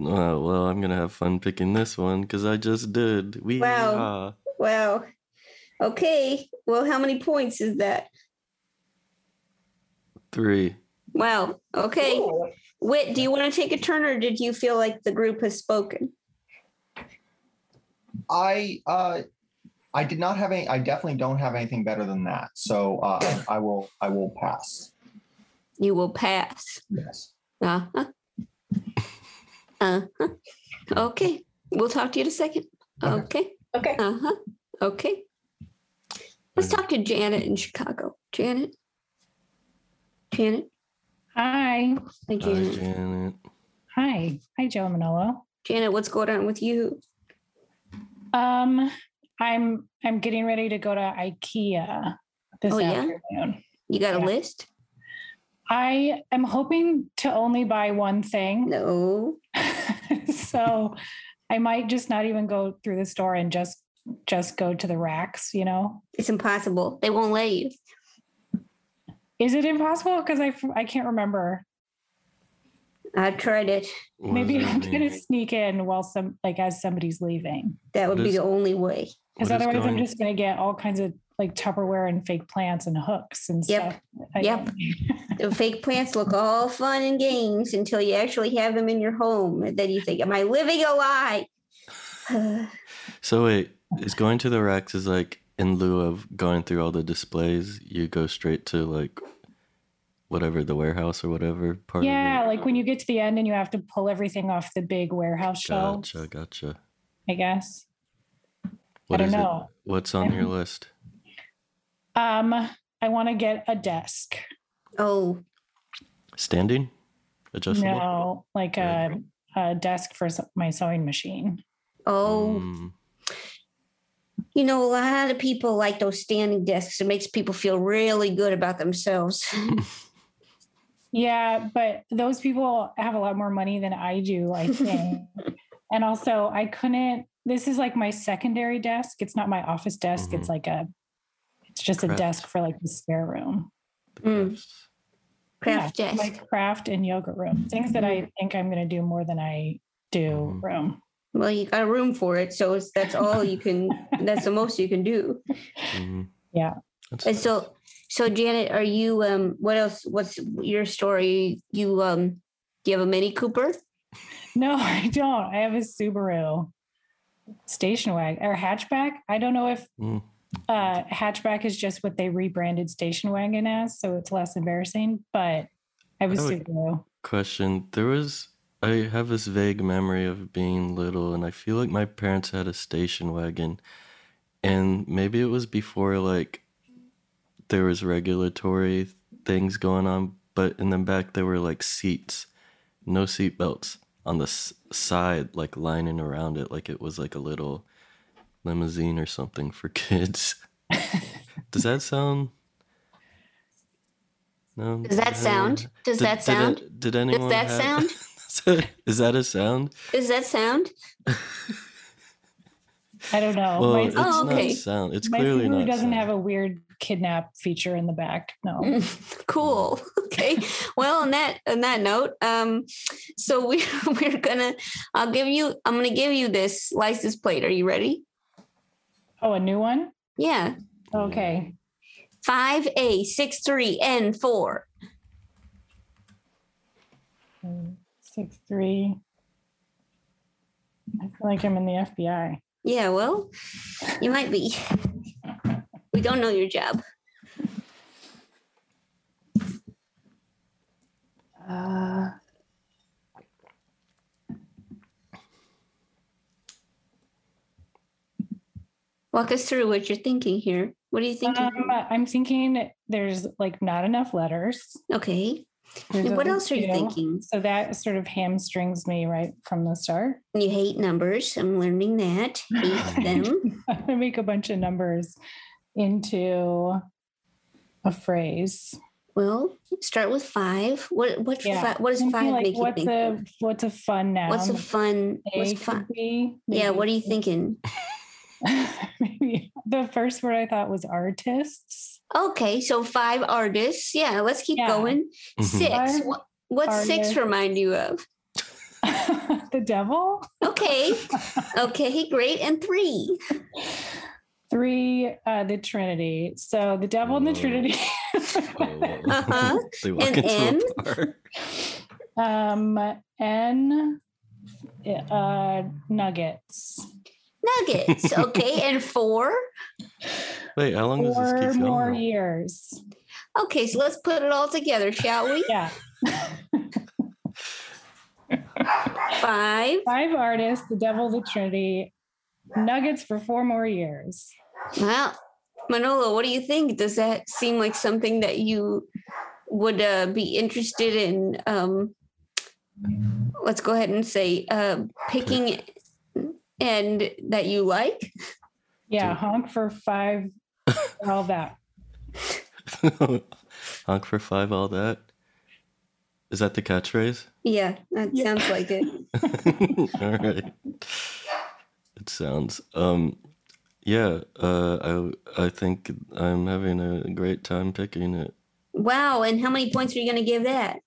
[SPEAKER 1] Uh, well, I'm gonna have fun picking this one because I just did. We
[SPEAKER 2] Wow. Wow. Okay. Well, how many points is that?
[SPEAKER 1] three.
[SPEAKER 2] Wow. Okay.
[SPEAKER 3] Ooh.
[SPEAKER 2] Wit, do you want to take a turn or did you feel like the group has spoken?
[SPEAKER 4] I uh, I did not have any. I definitely don't have anything better than that. So uh, I will. I will pass.
[SPEAKER 2] You will pass.
[SPEAKER 4] Yes.
[SPEAKER 2] Uh huh. Uh huh. Okay. We'll talk to you in a second. Okay.
[SPEAKER 3] Okay.
[SPEAKER 2] Uh huh. Okay. Let's talk to Janet in Chicago. Janet? Janet?
[SPEAKER 5] Hi.
[SPEAKER 2] Hi,
[SPEAKER 1] Hi,
[SPEAKER 2] Janet.
[SPEAKER 1] Janet.
[SPEAKER 5] Hi. Hi, Joe Manolo.
[SPEAKER 2] Janet, what's going on with you?
[SPEAKER 5] Um, I'm I'm getting ready to go to IKEA this
[SPEAKER 2] Oh, yeah?
[SPEAKER 5] afternoon.
[SPEAKER 2] You got a
[SPEAKER 5] Yeah.
[SPEAKER 2] list?
[SPEAKER 5] I am hoping to only buy one thing.
[SPEAKER 2] No.
[SPEAKER 5] <laughs> so I might just not even go through the store and just just go to the racks, you know.
[SPEAKER 2] It's impossible. They won't let you.
[SPEAKER 5] Is it impossible? Because I, f- I can't remember.
[SPEAKER 2] I tried it.
[SPEAKER 1] What
[SPEAKER 5] Maybe
[SPEAKER 1] does that
[SPEAKER 5] I'm
[SPEAKER 1] mean?
[SPEAKER 5] gonna sneak in while some like as somebody's leaving.
[SPEAKER 2] That would
[SPEAKER 1] What
[SPEAKER 2] be
[SPEAKER 1] is-
[SPEAKER 2] the only way.
[SPEAKER 5] Because
[SPEAKER 1] What is
[SPEAKER 5] otherwise, I'm
[SPEAKER 1] going-
[SPEAKER 5] just going to get all kinds of like Tupperware and fake plants and hooks and
[SPEAKER 2] Yep.
[SPEAKER 5] stuff. I- <laughs>
[SPEAKER 2] Yep. The fake plants look all fun and games until you actually have them in your home. And then you think, Am I living a lie?
[SPEAKER 1] So wait, is going to the racks is like in lieu of going through all the displays, you go straight to like whatever the warehouse or whatever part.
[SPEAKER 5] Yeah.
[SPEAKER 1] Of
[SPEAKER 5] Like when you get to the end and you have to pull everything off the big warehouse
[SPEAKER 1] it?
[SPEAKER 5] shelf,
[SPEAKER 1] Gotcha, gotcha.
[SPEAKER 5] I guess.
[SPEAKER 1] What
[SPEAKER 5] I
[SPEAKER 1] is
[SPEAKER 5] don't know.
[SPEAKER 1] it? What's on your list?
[SPEAKER 5] Um, I want to get a desk.
[SPEAKER 2] oh,
[SPEAKER 1] Standing? Adjustable?
[SPEAKER 5] No, like a, a desk for s- my sewing machine.
[SPEAKER 2] oh.
[SPEAKER 1] Mm,
[SPEAKER 2] <sighs> You know, a lot of people like those standing desks. It makes people feel really good about
[SPEAKER 1] <laughs>
[SPEAKER 2] themselves.
[SPEAKER 5] Yeah, but those people have a lot more money than I do, I
[SPEAKER 2] <laughs>
[SPEAKER 5] think. and also, I couldn't. This is like my secondary
[SPEAKER 1] Mm-hmm.
[SPEAKER 5] desk. It's not my office desk. It's like a. It's just
[SPEAKER 1] Correct.
[SPEAKER 5] a desk for like the spare room.
[SPEAKER 1] the
[SPEAKER 2] Mm.
[SPEAKER 1] crafts.
[SPEAKER 2] Craft Mm-hmm.
[SPEAKER 5] Yeah,
[SPEAKER 2] desk.
[SPEAKER 5] like craft and yoga room, things that I think I'm going to do more than I do
[SPEAKER 1] Mhm.
[SPEAKER 5] room.
[SPEAKER 2] well, you got a room for it, so it's, that's all you can. that's the most you can do.
[SPEAKER 1] Mhm.
[SPEAKER 5] Yeah.
[SPEAKER 1] That's
[SPEAKER 2] And
[SPEAKER 1] nice.
[SPEAKER 2] so, so Janet, are you? Um, what else? What's your story? You um, do you have a Mini Cooper?
[SPEAKER 5] No, <laughs> I don't. I have a Subaru station wagon or hatchback. I don't know if
[SPEAKER 1] Mm.
[SPEAKER 5] uh, hatchback is just what they rebranded station wagon as, so it's less embarrassing. But I was
[SPEAKER 1] would-
[SPEAKER 5] Subaru.
[SPEAKER 1] question. There was I have this vague memory of being little and I feel like my parents had a station wagon and maybe it was before like there was regulatory things going on, but in the back there were like seats, no seat belts on the s- side like lining around it like it was like a little limousine or something for kids. Does that sound No.
[SPEAKER 2] Does that sound? Does that sound?
[SPEAKER 1] Did, did anyone?
[SPEAKER 2] that
[SPEAKER 1] have- <laughs> Is that a sound?
[SPEAKER 2] Does that sound?
[SPEAKER 5] I don't know.
[SPEAKER 1] well,
[SPEAKER 5] My-
[SPEAKER 1] it's
[SPEAKER 2] Oh, okay.
[SPEAKER 1] not sound. It's
[SPEAKER 5] my
[SPEAKER 1] clearly
[SPEAKER 5] Subaru
[SPEAKER 1] not.
[SPEAKER 5] doesn't
[SPEAKER 1] sound.
[SPEAKER 5] have a weird kidnap feature in the back. No.
[SPEAKER 2] <laughs> cool
[SPEAKER 1] Mm.
[SPEAKER 2] okay well on that on that note um so we <laughs> we're gonna i'll give you i'm gonna give you this license plate are you ready
[SPEAKER 5] Oh, a new one?
[SPEAKER 2] yeah
[SPEAKER 5] Okay.
[SPEAKER 2] 5a63n4
[SPEAKER 5] Six three. I feel like I'm in the FBI.
[SPEAKER 2] yeah well you might be we don't know your job
[SPEAKER 5] Uh,
[SPEAKER 2] walk us through what you're thinking here what are you thinking
[SPEAKER 5] um, I'm thinking there's like not enough letters.
[SPEAKER 2] okay
[SPEAKER 5] There's
[SPEAKER 2] And what
[SPEAKER 5] only
[SPEAKER 2] else are you
[SPEAKER 5] two.
[SPEAKER 2] thinking
[SPEAKER 5] So that sort of hamstrings me right from the start.
[SPEAKER 2] you hate numbers i'm learning that
[SPEAKER 5] <laughs>
[SPEAKER 2] hate them
[SPEAKER 5] I'm gonna make a bunch of numbers into a phrase.
[SPEAKER 2] well start with five what what's
[SPEAKER 5] Yeah.
[SPEAKER 2] fi- what does
[SPEAKER 5] Something
[SPEAKER 2] five
[SPEAKER 5] like,
[SPEAKER 2] make you
[SPEAKER 5] what's
[SPEAKER 2] think of?
[SPEAKER 5] a what's a fun noun?
[SPEAKER 2] What's a fun? What's
[SPEAKER 5] day
[SPEAKER 2] fun?
[SPEAKER 5] could be?
[SPEAKER 2] Yeah,
[SPEAKER 5] Maybe-
[SPEAKER 2] what are you thinking?
[SPEAKER 5] maybe the first word I thought was artists.
[SPEAKER 2] Okay, so five artists. Yeah, let's keep
[SPEAKER 5] Yeah.
[SPEAKER 2] going.
[SPEAKER 1] Mm-hmm.
[SPEAKER 2] Six.
[SPEAKER 5] Five
[SPEAKER 2] What, what's six
[SPEAKER 5] artists.
[SPEAKER 2] remind you of?
[SPEAKER 5] <laughs> the devil. <laughs>
[SPEAKER 2] Okay, okay, great. And three.
[SPEAKER 5] Three, uh, the Trinity. So the devil and the
[SPEAKER 1] Whoa.
[SPEAKER 5] Trinity.
[SPEAKER 2] <laughs> Uh-huh.
[SPEAKER 1] <laughs> they walk
[SPEAKER 2] And
[SPEAKER 1] into
[SPEAKER 2] N?
[SPEAKER 1] a bar.
[SPEAKER 5] um, N uh, nuggets.
[SPEAKER 2] Nuggets. Okay, and four.
[SPEAKER 1] Wait, how long does this
[SPEAKER 5] Four
[SPEAKER 1] keep
[SPEAKER 5] more
[SPEAKER 1] going?
[SPEAKER 5] years.
[SPEAKER 2] Okay, so let's put it all together, shall we?
[SPEAKER 5] Yeah.
[SPEAKER 2] Five.
[SPEAKER 5] Five artists, the devil, the Trinity, nuggets for four more years.
[SPEAKER 2] Well, Manolo, what do you think? Does that seem like something that you would uh, be interested in? Um, let's go ahead and say uh, picking and that you like.
[SPEAKER 5] Yeah,
[SPEAKER 1] Dude.
[SPEAKER 5] honk for five, all that.
[SPEAKER 1] Honk for five, all that. Is that the catchphrase? <laughs>
[SPEAKER 2] Yeah, that
[SPEAKER 5] Yeah.
[SPEAKER 2] sounds like it.
[SPEAKER 5] <laughs>
[SPEAKER 1] all right. It sounds. Um, yeah. Uh, I I think I'm having a great time picking it.
[SPEAKER 2] Wow, and how many points are you going to give that?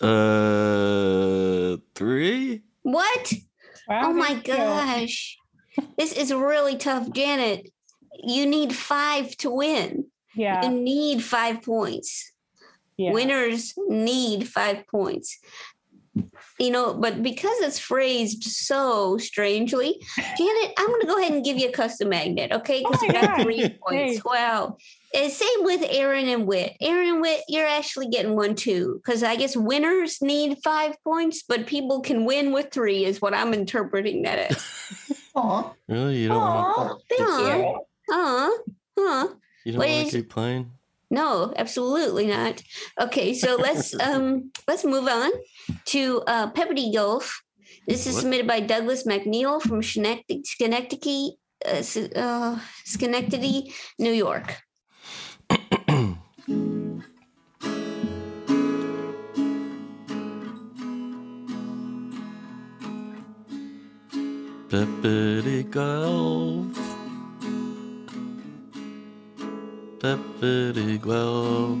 [SPEAKER 1] Uh, three.
[SPEAKER 2] What?
[SPEAKER 5] Wow,
[SPEAKER 2] Oh my
[SPEAKER 5] thank you.
[SPEAKER 2] gosh. This is really tough, Janet. You need five to win. You
[SPEAKER 5] Yeah,
[SPEAKER 2] need five points.
[SPEAKER 5] yeah.
[SPEAKER 2] Winners need five points. You know, but because it's phrased so strangely, Janet, I'm going to go ahead and give you a custom magnet, okay? Because
[SPEAKER 5] Oh
[SPEAKER 2] you
[SPEAKER 5] my
[SPEAKER 2] got
[SPEAKER 5] God.
[SPEAKER 2] three points.
[SPEAKER 5] Thanks.
[SPEAKER 2] Wow. And same with Aaron and Wit. Aaron and Wit, you're actually getting one too, because I guess winners need five points, but people can win with three, is what I'm interpreting
[SPEAKER 5] <laughs>
[SPEAKER 2] that as.
[SPEAKER 4] Aw.
[SPEAKER 1] Really? You don't want
[SPEAKER 2] Aw, thank you. Aw, huh.
[SPEAKER 1] you don't
[SPEAKER 2] What
[SPEAKER 1] want
[SPEAKER 2] is-
[SPEAKER 1] to keep playing?
[SPEAKER 2] No, absolutely not. Okay, so let's um let's move on to uh Pepperdy Golf. This is
[SPEAKER 1] What?
[SPEAKER 2] submitted by Douglas McNeil from Schenectady, Schenectady, uh, S- uh, Schenectady, New York.
[SPEAKER 1] Peppity golf. Peppery Guelph. <laughs>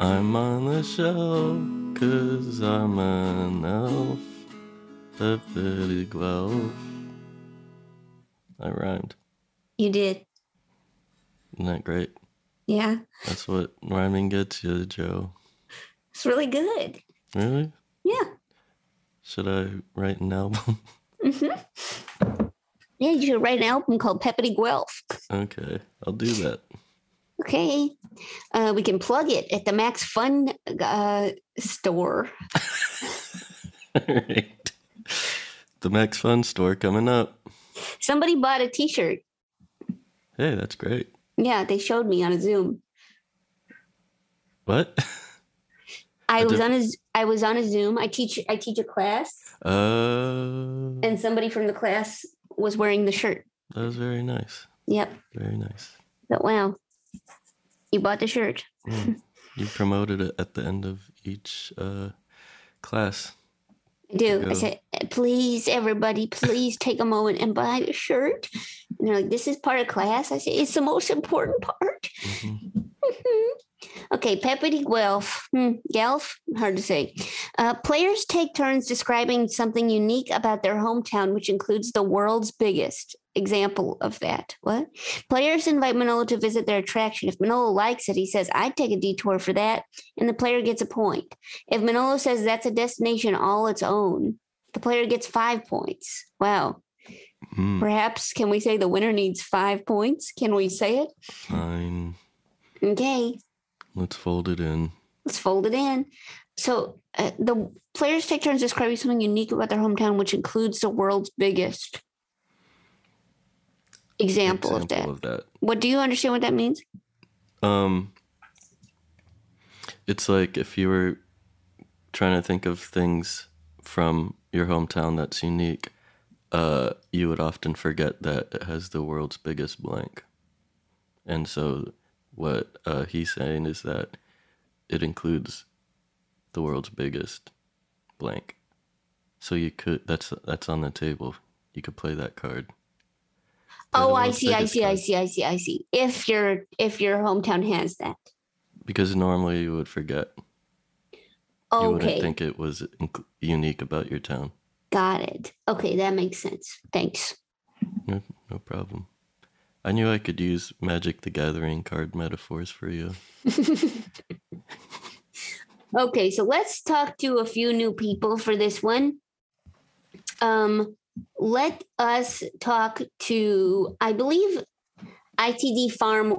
[SPEAKER 1] I'm on the shelf, cause I'm an elf. Peppery Guelph. I rhymed.
[SPEAKER 2] You did.
[SPEAKER 1] Isn't that great?
[SPEAKER 2] Yeah.
[SPEAKER 1] That's what rhyming gets you, Joe.
[SPEAKER 2] It's really good.
[SPEAKER 1] Really?
[SPEAKER 2] Yeah.
[SPEAKER 1] Should I write an album? <laughs>
[SPEAKER 2] hmm Yeah, you should write an album called Peppity Guelph.
[SPEAKER 1] okay, I'll do that.
[SPEAKER 2] Okay. Uh, we can plug it at the Max Fun uh, store.
[SPEAKER 1] <laughs> All right. The Max Fun store coming up.
[SPEAKER 2] Somebody bought a t shirt.
[SPEAKER 1] Hey, that's great.
[SPEAKER 2] Yeah, they showed me on a Zoom.
[SPEAKER 1] What?
[SPEAKER 2] I
[SPEAKER 1] A
[SPEAKER 2] was
[SPEAKER 1] diff-
[SPEAKER 2] on a Z- I was on a Zoom. I teach I teach a class,
[SPEAKER 1] Oh,
[SPEAKER 2] and somebody from the class was wearing the shirt.
[SPEAKER 1] that was very nice.
[SPEAKER 2] Yep.
[SPEAKER 1] Very nice.
[SPEAKER 2] But wow, you bought the shirt.
[SPEAKER 1] Yeah. You promoted it at the end of each uh, class.
[SPEAKER 2] I do.
[SPEAKER 1] Yeah.
[SPEAKER 2] I said, please, everybody, please take a moment and buy the shirt. And they're like, this is part of class. I say, it's the most important part.
[SPEAKER 1] Mhm.
[SPEAKER 2] okay, Peppity Guelph. Hmm, Guelph? Hard to say. Uh, players take turns describing something unique about their hometown, which includes the world's biggest example of that. What? Players invite Manolo to visit their attraction. If Manolo likes it, he says, I'd take a detour for that. And the player gets a point. If Manolo says that's a destination all its own, the player gets five points. Wow.
[SPEAKER 1] Mm,
[SPEAKER 2] Perhaps can we say the winner needs five points? Can we say it?
[SPEAKER 1] fine.
[SPEAKER 2] Okay.
[SPEAKER 1] Let's fold it in.
[SPEAKER 2] let's fold it in. So uh, the players take turns describing something unique about their hometown, which includes the world's biggest example, of that.
[SPEAKER 1] of that.
[SPEAKER 2] What do you understand what that means?
[SPEAKER 1] Um, it's like if you were trying to think of things from your hometown that's unique, uh, you would often forget that it has the world's biggest blank. And so, what uh, he's saying is that it includes the world's biggest blank. So you could that's that's on the table. You could play that card. Play the
[SPEAKER 2] oh, I
[SPEAKER 1] world's
[SPEAKER 2] see, I
[SPEAKER 1] biggest
[SPEAKER 2] see, I
[SPEAKER 1] card.
[SPEAKER 2] see, I see, I see. If your if your hometown has that,
[SPEAKER 1] Because normally you would forget. You wouldn't
[SPEAKER 2] okay,
[SPEAKER 1] think it was inc- unique about your town.
[SPEAKER 2] got it. Okay, that makes sense. Thanks.
[SPEAKER 1] No problem. I knew I could use Magic the Gathering card metaphors for you.
[SPEAKER 2] Okay, so let's talk to a few new people for this one. Um, let us talk to, I believe, ITD Farm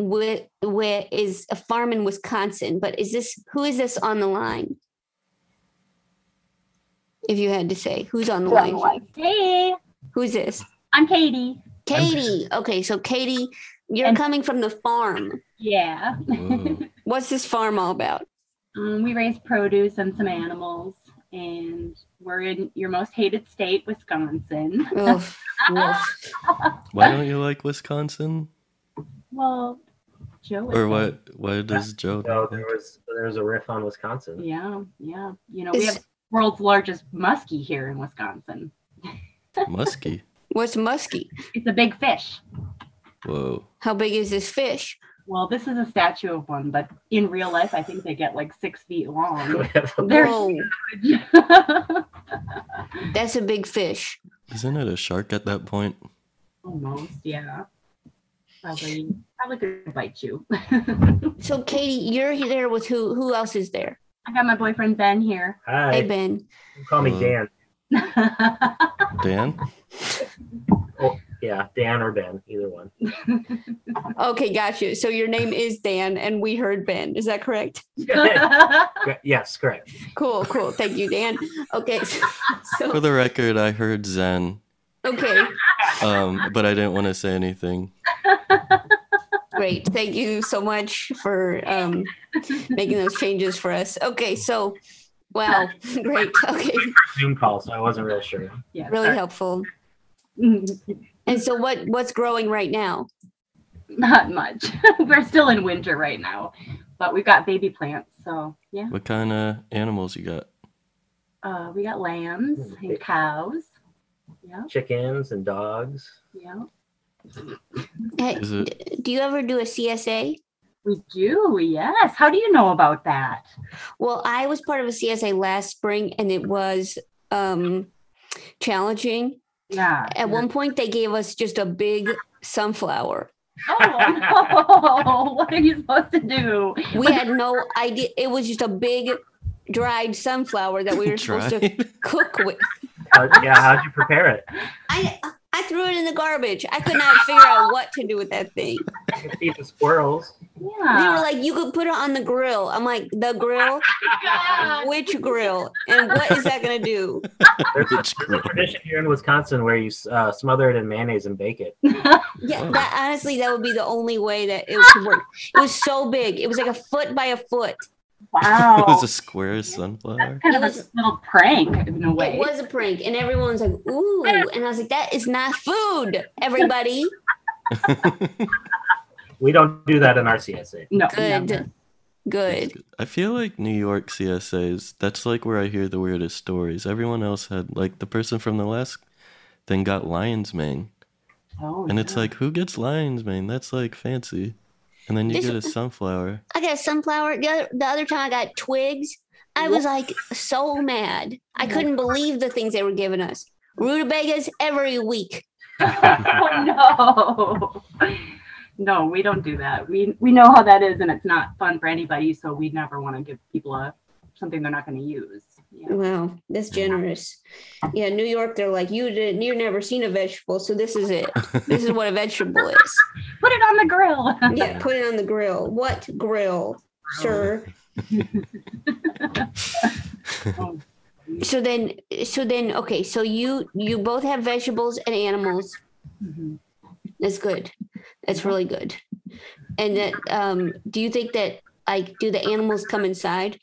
[SPEAKER 2] where is a farm in Wisconsin, but is this who is this on the line? If you had to say, who's on the line?
[SPEAKER 6] Hey,
[SPEAKER 2] Who's this?
[SPEAKER 6] I'm Katie.
[SPEAKER 1] I'm-
[SPEAKER 2] Katie. Okay, so Katie, you're
[SPEAKER 6] And-
[SPEAKER 2] coming from the farm.
[SPEAKER 6] Yeah.
[SPEAKER 1] Whoa.
[SPEAKER 2] What's this farm all about?
[SPEAKER 6] Um, we raise produce and <laughs> some animals, and we're in your most hated state, Wisconsin.
[SPEAKER 2] Oof,
[SPEAKER 6] <laughs>
[SPEAKER 2] woof.
[SPEAKER 1] why don't you like Wisconsin?
[SPEAKER 6] Well, Joe. is-
[SPEAKER 1] Or why why does Joe
[SPEAKER 7] No,
[SPEAKER 1] not
[SPEAKER 7] there
[SPEAKER 1] like-
[SPEAKER 7] was there was a riff on Wisconsin.
[SPEAKER 6] Yeah, yeah. You know, we
[SPEAKER 2] Is-
[SPEAKER 6] have world's largest muskie here in Wisconsin.
[SPEAKER 1] musky?
[SPEAKER 2] What's musky?
[SPEAKER 6] It's a big fish.
[SPEAKER 1] Whoa.
[SPEAKER 2] How big is this fish?
[SPEAKER 6] Well, this is a statue of one, but in real life, I think they get like six feet
[SPEAKER 1] <laughs>
[SPEAKER 7] We
[SPEAKER 6] long.
[SPEAKER 7] have a-
[SPEAKER 6] They're
[SPEAKER 2] Whoa,
[SPEAKER 6] huge.
[SPEAKER 2] that's a big fish.
[SPEAKER 1] Isn't it a shark at that point?
[SPEAKER 6] Almost, yeah. Probably, probably could bite you.
[SPEAKER 2] So Katie, you're there with who? Who else is there?
[SPEAKER 6] I got my boyfriend Ben here.
[SPEAKER 7] Hi,
[SPEAKER 2] Hey Ben.
[SPEAKER 7] call me
[SPEAKER 1] Hello.
[SPEAKER 7] Dan.
[SPEAKER 1] Uh,
[SPEAKER 6] <laughs>
[SPEAKER 7] Oh,
[SPEAKER 1] Dan?
[SPEAKER 7] Yeah, Dan or Ben, either
[SPEAKER 6] <laughs>
[SPEAKER 7] one.
[SPEAKER 2] Okay, gotcha. So your name is Dan, and we heard Ben. Is
[SPEAKER 6] <laughs>
[SPEAKER 2] that correct?
[SPEAKER 7] Correct- yes, correct.
[SPEAKER 2] Cool, cool. Thank you, Dan. Okay, <laughs> so,
[SPEAKER 1] For
[SPEAKER 2] so
[SPEAKER 1] the record, I heard Zen,
[SPEAKER 2] okay,
[SPEAKER 1] um, but I didn't want to say anything.
[SPEAKER 2] great. Thank you so much for um, making those changes for us. Okay, so wow, <laughs> great. Okay,
[SPEAKER 7] Zoom call, so I wasn't real sure.
[SPEAKER 6] yeah, Mm-hmm.
[SPEAKER 2] really helpful. And so what? What's growing right now?
[SPEAKER 6] not much. <laughs> We're still in winter right now, but we've got baby plants. So yeah,
[SPEAKER 1] What kind of animals you got? <laughs>
[SPEAKER 6] uh, we got lambs and cows. <laughs> Yeah,
[SPEAKER 7] Chickens and dogs.
[SPEAKER 6] yeah.
[SPEAKER 2] Hey,
[SPEAKER 1] Is it?
[SPEAKER 2] do you ever do a CSA?
[SPEAKER 6] We do, yes. How do you know about that?
[SPEAKER 2] Well, I was part of a CSA last spring and it was um, challenging.
[SPEAKER 6] Yeah.
[SPEAKER 2] At one point, they gave us just a big
[SPEAKER 6] <laughs>
[SPEAKER 2] sunflower.
[SPEAKER 6] Oh no! <laughs> what are you supposed to do?
[SPEAKER 2] We had no idea. It was just a big dried sunflower that we were supposed to
[SPEAKER 1] Tried.
[SPEAKER 2] cook with.
[SPEAKER 7] How, yeah, how'd you prepare it?
[SPEAKER 2] I I threw it in the garbage. I could not figure out what to do with that thing.
[SPEAKER 7] You can feed
[SPEAKER 1] <laughs>
[SPEAKER 7] the squirrels.
[SPEAKER 2] They were
[SPEAKER 6] Yeah.
[SPEAKER 2] like, you could put it on the grill. I'm like, the
[SPEAKER 6] <laughs>
[SPEAKER 2] grill? Which grill? And what is that gonna do?
[SPEAKER 7] There's
[SPEAKER 1] It's
[SPEAKER 7] a, there's a tradition here in Wisconsin where you uh, smother it in mayonnaise and bake it.
[SPEAKER 2] Yeah, that honestly, that would be the only way that it could work. It was so big. It was like a foot by a foot.
[SPEAKER 6] wow.
[SPEAKER 1] it was a square sunflower.
[SPEAKER 6] kind of
[SPEAKER 2] It
[SPEAKER 6] a
[SPEAKER 2] was-
[SPEAKER 6] little prank in a
[SPEAKER 2] It
[SPEAKER 6] way.
[SPEAKER 2] was a prank, and everyone was like, ooh. And I was like, that is not food, everybody.
[SPEAKER 7] We don't do that in our CSA.
[SPEAKER 6] No. never.
[SPEAKER 2] Good. Good.
[SPEAKER 1] I feel like New York CSAs, that's like where I hear the weirdest stories. Everyone else had, like, the person from the last thing got lion's mane.
[SPEAKER 6] Oh,
[SPEAKER 1] And it's
[SPEAKER 6] yeah.
[SPEAKER 1] like, who gets lion's mane? That's like fancy. And then you
[SPEAKER 2] This-
[SPEAKER 1] get a sunflower.
[SPEAKER 2] I got a sunflower. The other, the other time I got twigs, I was like so mad.
[SPEAKER 6] Oh
[SPEAKER 2] I couldn't believe the things they were giving us. Rutabagas every week.
[SPEAKER 6] oh no. <laughs> No, we don't do that. We we know how that is, and it's not fun for anybody. So we never want to give people a something they're not going to use. Yeah.
[SPEAKER 2] Wow, that's generous. Yeah, New York, they're like, you didn't, you never seen a vegetable, so this is it. This is what
[SPEAKER 6] <laughs>
[SPEAKER 2] a vegetable is.
[SPEAKER 6] Put it on the grill. Oh.
[SPEAKER 2] Yeah, put it on the grill. What grill,
[SPEAKER 6] <laughs>
[SPEAKER 2] sir? So then, so then, okay. So you you both have vegetables and animals.
[SPEAKER 1] Mm-hmm.
[SPEAKER 6] Mhm.
[SPEAKER 2] That's good. That's really good. And that, um, do you think that like do the animals come inside?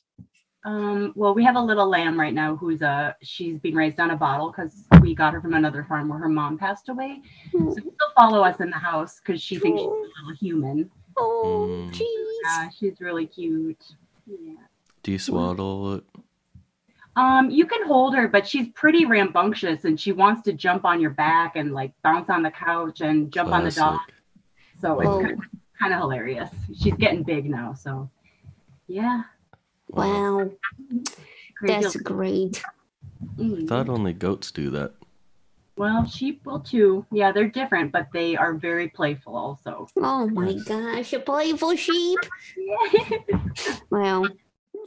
[SPEAKER 6] Um, well, we have a little lamb right now who's uh she's being raised on a bottle because we got her from another farm where her mom passed away.
[SPEAKER 2] Hmm.
[SPEAKER 6] So she'll follow us in the house because she thinks she's a little human.
[SPEAKER 2] Oh,
[SPEAKER 1] Mm.
[SPEAKER 2] jeez.
[SPEAKER 6] Uh, she's really cute. Yeah.
[SPEAKER 1] Do you swaddle it?
[SPEAKER 6] Um, you can hold her, but she's pretty rambunctious and she wants to jump on your back and like bounce on the couch and jump
[SPEAKER 1] Oh,
[SPEAKER 6] on the dog.
[SPEAKER 1] Classic.
[SPEAKER 6] So
[SPEAKER 2] Oh,
[SPEAKER 6] it's kind of hilarious. She's getting big now, so yeah.
[SPEAKER 1] Wow.
[SPEAKER 2] wow,
[SPEAKER 6] Crazy
[SPEAKER 2] that's great.
[SPEAKER 1] I
[SPEAKER 6] Mm.
[SPEAKER 1] thought only goats do that.
[SPEAKER 6] Well, sheep will too. Yeah, they're different, but they are very playful also.
[SPEAKER 2] Oh my gosh, a playful sheep. Wow.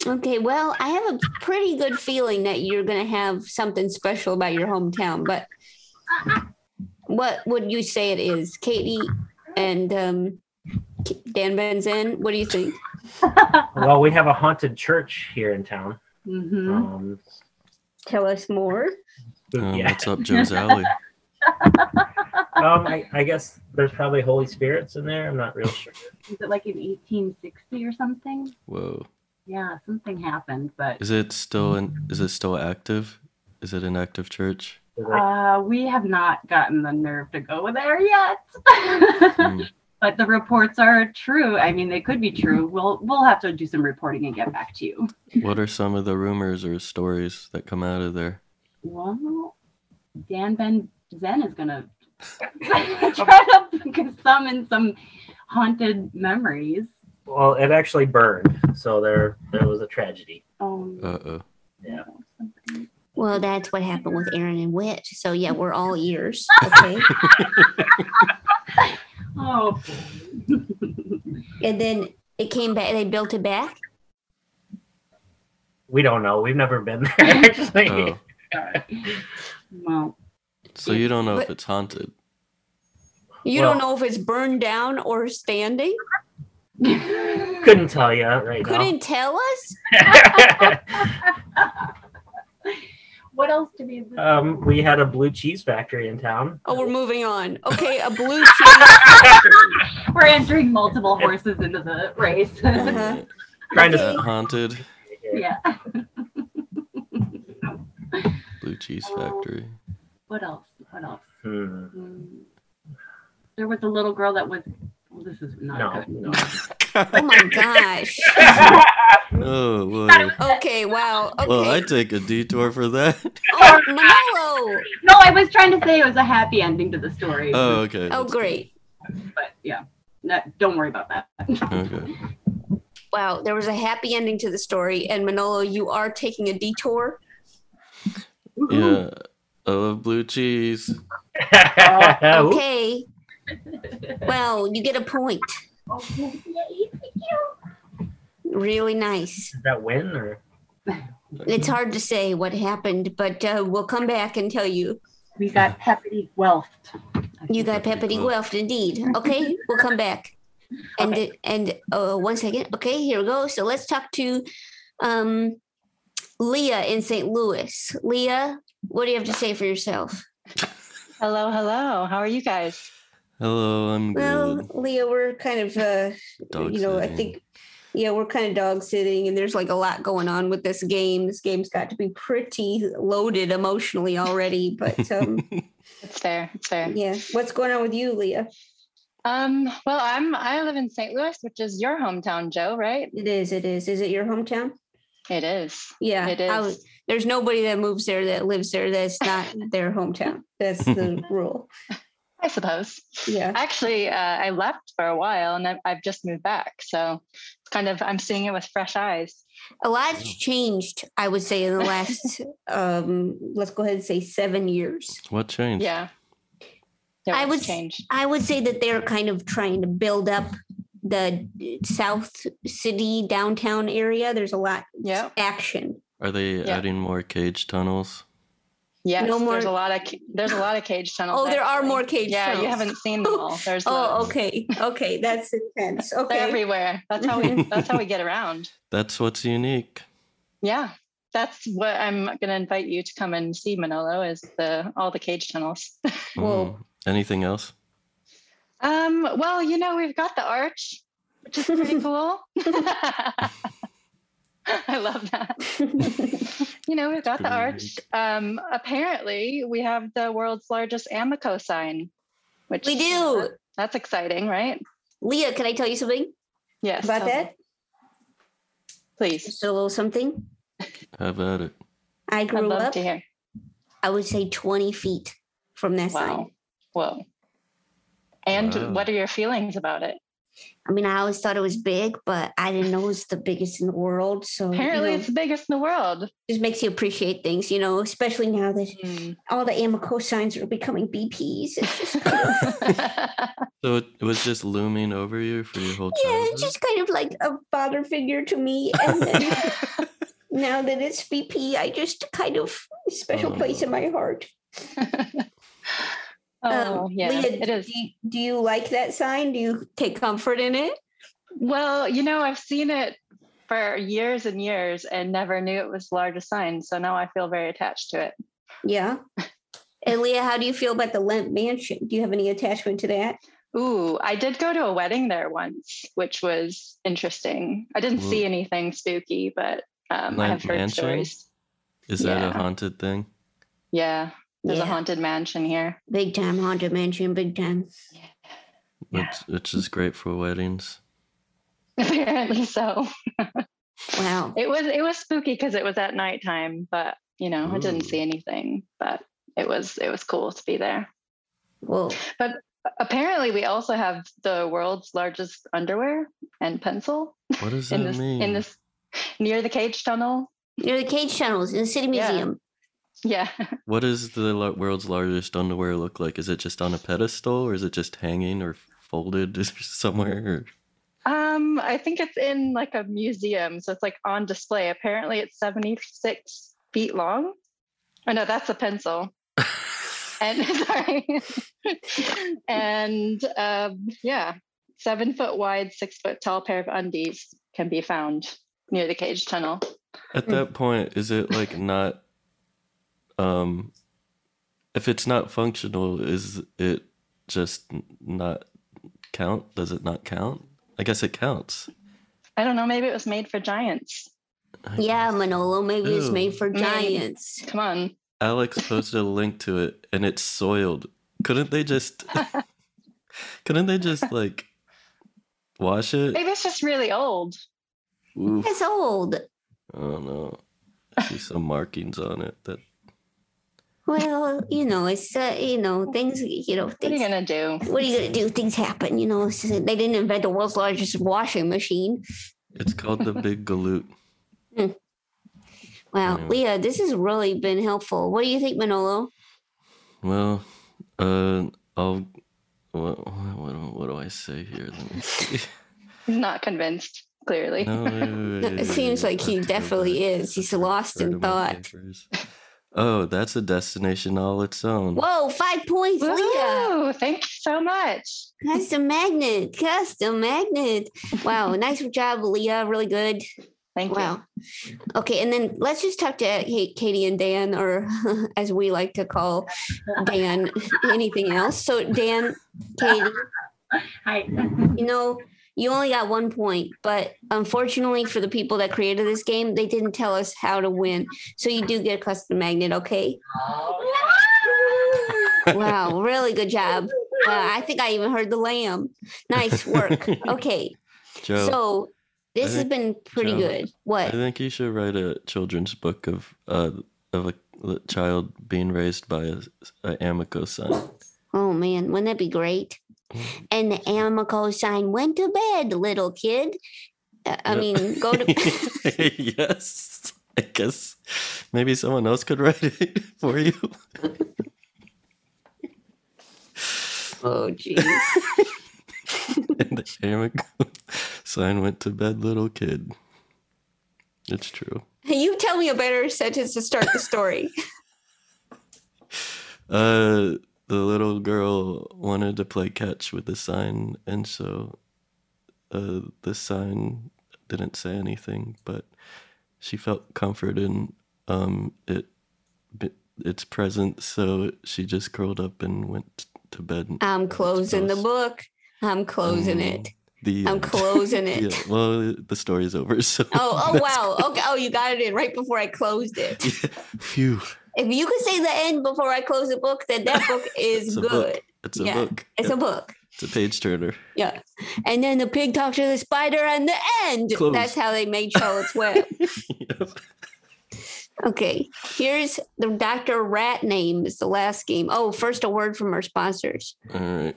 [SPEAKER 2] Okay, well, I have a pretty good feeling that you're going to have something special about your hometown, but what would you say it is? Katie and um, K- Dan Van Zandt, what do you think?
[SPEAKER 7] Well, we have a haunted church here in town.
[SPEAKER 6] hmm
[SPEAKER 7] Um,
[SPEAKER 2] Tell us more.
[SPEAKER 1] Um,
[SPEAKER 7] yeah.
[SPEAKER 1] What's up, Joe's Alley?
[SPEAKER 7] <laughs> Um, I, I guess there's probably holy spirits in there. I'm not real sure.
[SPEAKER 6] Is it like in 1860 or something?
[SPEAKER 1] Whoa.
[SPEAKER 6] Yeah, something happened, but
[SPEAKER 1] Is it still an, is it still active? Is it an active church?
[SPEAKER 6] uh, we have not gotten the nerve to go there yet.
[SPEAKER 1] Hmm.
[SPEAKER 6] <laughs> but the reports are true. I mean, they could be true. We'll we'll have to do some reporting and get back to you.
[SPEAKER 1] What are some of the rumors or stories that come out of there?
[SPEAKER 6] Well, Dan Ben Zen
[SPEAKER 7] <laughs>
[SPEAKER 6] is gonna try to summon some haunted
[SPEAKER 7] <laughs>
[SPEAKER 6] memories.
[SPEAKER 7] well, it actually burned, so there there was a tragedy.
[SPEAKER 6] Um,
[SPEAKER 1] Uh oh.
[SPEAKER 7] Yeah.
[SPEAKER 6] something.
[SPEAKER 2] Well, that's what happened with Aaron and Wit. So, yeah, we're
[SPEAKER 6] <laughs>
[SPEAKER 2] all ears. Okay.
[SPEAKER 6] Oh,
[SPEAKER 2] and then it came back, they built it back.
[SPEAKER 7] We don't know. We've never been there.
[SPEAKER 6] <laughs>
[SPEAKER 7] <laughs> Actually.
[SPEAKER 1] Oh.
[SPEAKER 6] <laughs> well,
[SPEAKER 1] So you don't know if it's haunted.
[SPEAKER 2] You don't
[SPEAKER 7] Well-
[SPEAKER 2] know if it's burned down or standing?
[SPEAKER 7] Couldn't tell you right
[SPEAKER 2] Couldn't tell us?
[SPEAKER 7] now.
[SPEAKER 6] <laughs> what else to be? This?
[SPEAKER 7] um, we had a blue cheese factory in town.
[SPEAKER 2] Oh, we're moving on. Okay, a blue
[SPEAKER 6] <laughs>
[SPEAKER 2] cheese.
[SPEAKER 6] We're entering multiple horses into the
[SPEAKER 7] <laughs>
[SPEAKER 6] race.
[SPEAKER 2] Uh-huh.
[SPEAKER 7] Trying
[SPEAKER 1] Is that
[SPEAKER 7] to.
[SPEAKER 1] haunted
[SPEAKER 6] <laughs> yeah. <laughs>
[SPEAKER 1] blue cheese factory.
[SPEAKER 6] What else? What else?
[SPEAKER 7] Hmm.
[SPEAKER 6] Mm. There was a little girl that was. Well, this is not
[SPEAKER 7] No,
[SPEAKER 6] good.
[SPEAKER 7] no.
[SPEAKER 2] Oh my
[SPEAKER 7] <laughs>
[SPEAKER 6] <laughs>
[SPEAKER 2] gosh.
[SPEAKER 1] Oh, whoa.
[SPEAKER 2] Okay, wow. Okay.
[SPEAKER 1] Well, I take a detour for that.
[SPEAKER 2] oh, Manolo.
[SPEAKER 6] No, I was trying to say it was a happy ending to the story.
[SPEAKER 1] Oh, okay.
[SPEAKER 2] Oh, great.
[SPEAKER 6] But yeah, no, don't worry about that.
[SPEAKER 1] Okay.
[SPEAKER 2] Wow, there was a happy ending to the story. And Manolo, you are taking a detour.
[SPEAKER 1] Yeah. I love blue cheese. <laughs>
[SPEAKER 8] Oh,
[SPEAKER 7] Ooh.
[SPEAKER 2] Oh, Okay. Well, you get a point. Really nice.
[SPEAKER 7] Did that win or?
[SPEAKER 2] It's hard to say what happened, but uh, we'll come back and tell you.
[SPEAKER 6] We got Peppity Guelph.
[SPEAKER 2] You got Peppity Guelph, indeed. Okay, we'll come back. And it- and uh, one second. Okay, here we go. So let's talk to um, Leah in St. Louis. Leah, what do you have to say for yourself?
[SPEAKER 8] Hello, hello. How are you guys?
[SPEAKER 1] Hello, I'm
[SPEAKER 2] Well,
[SPEAKER 1] good.
[SPEAKER 2] Leah, we're kind of, uh,
[SPEAKER 1] Mm-hmm. Dog
[SPEAKER 2] you know, I
[SPEAKER 1] sitting.
[SPEAKER 2] think, yeah, we're kind of dog sitting, and there's like a lot going on with this game. This game's got to be pretty loaded emotionally already.
[SPEAKER 1] <laughs>
[SPEAKER 2] But um,
[SPEAKER 8] It's there. It's there.
[SPEAKER 2] yeah, what's going on with you, Leah?
[SPEAKER 8] Um, well, I'm I live in St. Louis, which is your hometown, Joe, right?
[SPEAKER 2] It is, it is. Is it your hometown?
[SPEAKER 8] It is.
[SPEAKER 2] Yeah,
[SPEAKER 8] It
[SPEAKER 2] I
[SPEAKER 8] is.
[SPEAKER 2] was- there's nobody that moves there that lives there that's not their hometown.
[SPEAKER 1] <laughs>
[SPEAKER 2] That's the rule.
[SPEAKER 8] I suppose.
[SPEAKER 2] Yeah.
[SPEAKER 8] Actually, uh, I left for a while and I've, I've just moved back. So it's kind of, I'm seeing it with fresh eyes.
[SPEAKER 2] A lot's changed, I would say, in the last, um, let's go ahead and say seven years.
[SPEAKER 1] What changed?
[SPEAKER 8] Yeah. Yeah,
[SPEAKER 2] I
[SPEAKER 8] it's
[SPEAKER 2] was-
[SPEAKER 8] changed.
[SPEAKER 2] I would say that they're kind of trying to build up the South City downtown area. There's a lot
[SPEAKER 8] Yeah.
[SPEAKER 2] action.
[SPEAKER 1] Are they
[SPEAKER 8] Yeah.
[SPEAKER 1] adding more cage tunnels?
[SPEAKER 8] Yes.
[SPEAKER 2] No more-
[SPEAKER 8] There's a lot of ca- there's a lot of cage tunnels.
[SPEAKER 2] Oh, there are
[SPEAKER 8] actually.
[SPEAKER 2] more cage
[SPEAKER 8] Yeah, you
[SPEAKER 2] tunnels.
[SPEAKER 8] haven't seen them
[SPEAKER 2] <laughs>
[SPEAKER 8] all. There's
[SPEAKER 2] Oh,
[SPEAKER 8] loads.
[SPEAKER 2] okay, okay, that's intense.
[SPEAKER 8] They're
[SPEAKER 2] Okay,
[SPEAKER 8] everywhere. That's how we that's how we get around.
[SPEAKER 1] That's what's unique.
[SPEAKER 8] Yeah. That's what I'm gonna invite you to come and see Manolo is the all the cage tunnels. <laughs>
[SPEAKER 2] Well-
[SPEAKER 1] Mm. Anything else?
[SPEAKER 8] Um, well, you know, we've got the arch, which is
[SPEAKER 1] <laughs>
[SPEAKER 8] pretty cool. <laughs> I love that. <laughs> you know, we've got the
[SPEAKER 1] pretty
[SPEAKER 8] arch. Um, apparently, we have the world's largest Amico sign, which
[SPEAKER 2] we do.
[SPEAKER 8] That's exciting, right?
[SPEAKER 2] Leah, can I tell you something
[SPEAKER 8] Yes.
[SPEAKER 2] about
[SPEAKER 8] tell me,
[SPEAKER 2] that?
[SPEAKER 8] please.
[SPEAKER 2] Just a little something.
[SPEAKER 1] How about it?
[SPEAKER 2] I
[SPEAKER 8] I'd
[SPEAKER 2] grew
[SPEAKER 8] love
[SPEAKER 2] up.
[SPEAKER 8] to hear.
[SPEAKER 2] I would say 20 feet from that sign.
[SPEAKER 8] Wow. Whoa. And
[SPEAKER 1] Wow.
[SPEAKER 8] what are your feelings about it?
[SPEAKER 2] I mean, I always thought it was big, but I didn't know it's the biggest in the world. So you
[SPEAKER 8] Apparently,
[SPEAKER 2] know,
[SPEAKER 8] it's the biggest in the world.
[SPEAKER 2] just makes you appreciate things, you know, especially now that
[SPEAKER 8] Hmm.
[SPEAKER 2] all the Amico signs are becoming BPs. It's just
[SPEAKER 1] So it, it was just looming over you for your whole
[SPEAKER 2] yeah,
[SPEAKER 1] childhood?
[SPEAKER 2] it's just kind of like a father figure to me.
[SPEAKER 8] <laughs>
[SPEAKER 2] And then now that it's VP, I just kind of a special place in my heart.
[SPEAKER 8] <laughs>
[SPEAKER 2] Um,
[SPEAKER 8] oh, yeah,
[SPEAKER 2] Leah,
[SPEAKER 8] it is.
[SPEAKER 2] Do you, do you like that sign? Do you take comfort in it?
[SPEAKER 8] Well, you know, I've seen it for years and years and never knew it was large a sign. So now I feel very attached to it.
[SPEAKER 2] Yeah. And Leah, how do you feel about the Lent Mansion? Do you have any attachment to that?
[SPEAKER 8] Ooh, I did go to a wedding there once, which was interesting. I didn't see
[SPEAKER 1] Ooh.
[SPEAKER 8] anything spooky, but um, <laughs> I
[SPEAKER 1] Like
[SPEAKER 8] have heard
[SPEAKER 1] mansion?
[SPEAKER 8] stories.
[SPEAKER 1] Is that
[SPEAKER 8] yeah.
[SPEAKER 1] a haunted thing?
[SPEAKER 8] Yeah, there's
[SPEAKER 2] yeah.
[SPEAKER 8] a haunted mansion here.
[SPEAKER 2] Big time haunted mansion, big time.
[SPEAKER 1] Which, which is great for weddings.
[SPEAKER 8] <laughs> Apparently, so
[SPEAKER 2] Wow.
[SPEAKER 8] it was it was spooky because it was at nighttime, but you know, I didn't
[SPEAKER 1] Ooh.
[SPEAKER 8] see anything. But it was it was cool to be there.
[SPEAKER 2] Well,
[SPEAKER 8] Apparently, we also have the world's largest underwear and pencil
[SPEAKER 1] What does
[SPEAKER 8] in
[SPEAKER 1] that
[SPEAKER 8] this
[SPEAKER 1] mean?
[SPEAKER 8] in this near the cage tunnel.
[SPEAKER 2] near the cage tunnels in the city
[SPEAKER 8] Yeah.
[SPEAKER 2] museum.
[SPEAKER 8] Yeah, <laughs>
[SPEAKER 1] What does the lo- world's largest underwear look like? Is it just on a pedestal or is it just hanging or folded <laughs> somewhere?
[SPEAKER 8] um, I think it's in like a museum, so it's like on display. Apparently, it's seventy six feet long. Oh no, that's a
[SPEAKER 1] <laughs>
[SPEAKER 8] pencil. And <laughs> sorry, and um, yeah, seven foot wide, six foot tall pair of undies can be found near the cage tunnel.
[SPEAKER 1] At that point, is it like not um if it's not functional, is it just n- not count? Does it not count? I guess it counts.
[SPEAKER 8] I don't know. Maybe it was made for giants.
[SPEAKER 1] I
[SPEAKER 2] Yeah,
[SPEAKER 1] guess.
[SPEAKER 2] Manolo, maybe it's
[SPEAKER 1] Ew.
[SPEAKER 2] made for
[SPEAKER 8] Maybe.
[SPEAKER 2] giants.
[SPEAKER 8] Come on.
[SPEAKER 1] Alex posted a link to it and it's soiled. Couldn't they just couldn't they just like Wash it.
[SPEAKER 8] Maybe it's just really old.
[SPEAKER 1] Oof.
[SPEAKER 2] It's old.
[SPEAKER 1] I don't know. See some markings on it that
[SPEAKER 2] Well, you know, it's uh, you know things. You know
[SPEAKER 8] What are you
[SPEAKER 2] things.
[SPEAKER 8] gonna do?
[SPEAKER 2] What are you gonna do? Things happen. You know, It's just- they didn't invent the world's largest washing machine.
[SPEAKER 1] it's called the big galoot.
[SPEAKER 2] Wow,
[SPEAKER 1] Anyway.
[SPEAKER 2] Leah, this has really been helpful. What do you think, Manolo?
[SPEAKER 1] Well, uh, I'll. What, what, do- what do I say here? Let me see. <laughs>
[SPEAKER 8] He's <laughs> not convinced, clearly.
[SPEAKER 1] No, wait, wait, wait,
[SPEAKER 2] No, <laughs> it
[SPEAKER 1] wait,
[SPEAKER 2] seems
[SPEAKER 1] wait,
[SPEAKER 2] like he
[SPEAKER 1] I'll go
[SPEAKER 2] definitely
[SPEAKER 1] back.
[SPEAKER 2] is. He's
[SPEAKER 1] I'll
[SPEAKER 2] lost in
[SPEAKER 1] refer to my
[SPEAKER 2] thought.
[SPEAKER 1] papers. Oh, that's a destination all its own.
[SPEAKER 2] Whoa, five points, Leah.
[SPEAKER 8] Woo! Thank you so much.
[SPEAKER 2] Custom magnet, custom magnet. Wow, <laughs> nice job, Leah. Really good.
[SPEAKER 8] Thank
[SPEAKER 2] Wow. Okay, and then let's just talk to Ka- Katie and Dan, or <laughs> as we like to call Dan, <laughs> anything else. So, Dan, Katie,
[SPEAKER 6] Hi.
[SPEAKER 2] you know, you only got one point, but unfortunately for the people that created this game, they didn't tell us how to win. So, you do get a custom magnet, okay? Wow, really good job. Uh, I think I even heard the lamb.
[SPEAKER 1] <laughs>
[SPEAKER 2] Nice work. Okay,
[SPEAKER 1] Joe,
[SPEAKER 2] so this has
[SPEAKER 1] think-
[SPEAKER 2] been pretty
[SPEAKER 1] Joe,
[SPEAKER 2] good.
[SPEAKER 1] I
[SPEAKER 2] What?
[SPEAKER 1] think you should write a children's book of uh of a l- child being raised by a, a Amico son.
[SPEAKER 2] Oh man, wouldn't that be great? And the Amico sign went to bed, little kid. Uh, I
[SPEAKER 1] Yep. <laughs>
[SPEAKER 2] mean, go to. <laughs>
[SPEAKER 1] yes. I guess maybe someone else could write it <laughs> for you.
[SPEAKER 2] <laughs> oh, geez.
[SPEAKER 1] <laughs> and the Amico <laughs> sign went to bed, little kid. It's true.
[SPEAKER 2] You tell me a better sentence to start the story.
[SPEAKER 1] Uh, the little girl wanted to play catch with the sign, and so uh, the sign didn't say anything, but she felt comfort in um, it, b- its presence, so she just curled up and went to bed.
[SPEAKER 2] I'm closing the
[SPEAKER 1] close.
[SPEAKER 2] book. I'm closing it.
[SPEAKER 1] The
[SPEAKER 2] I'm
[SPEAKER 1] end. <laughs>
[SPEAKER 2] closing
[SPEAKER 1] The
[SPEAKER 2] it.
[SPEAKER 1] end. Well, the story's over, <laughs> so.
[SPEAKER 2] Oh, oh
[SPEAKER 1] <laughs>
[SPEAKER 2] wow. Okay. Oh, you got it in right before I closed it.
[SPEAKER 1] Phew.
[SPEAKER 2] If you could say the end before I close the book, then that book
[SPEAKER 1] <laughs>
[SPEAKER 2] is
[SPEAKER 1] It's a
[SPEAKER 2] good.
[SPEAKER 1] book. It's a
[SPEAKER 2] Yeah,
[SPEAKER 1] book.
[SPEAKER 2] It's a book.
[SPEAKER 1] It's a page turner.
[SPEAKER 2] Yeah. And then the pig talked to the spider and the end.
[SPEAKER 1] Close.
[SPEAKER 2] That's how they made
[SPEAKER 1] <laughs>
[SPEAKER 2] Charlotte's Web.
[SPEAKER 1] Yep.
[SPEAKER 2] Okay, here's the Dr. Rat name is the last game. Oh, first a word from our sponsors. <gasps>
[SPEAKER 1] All right.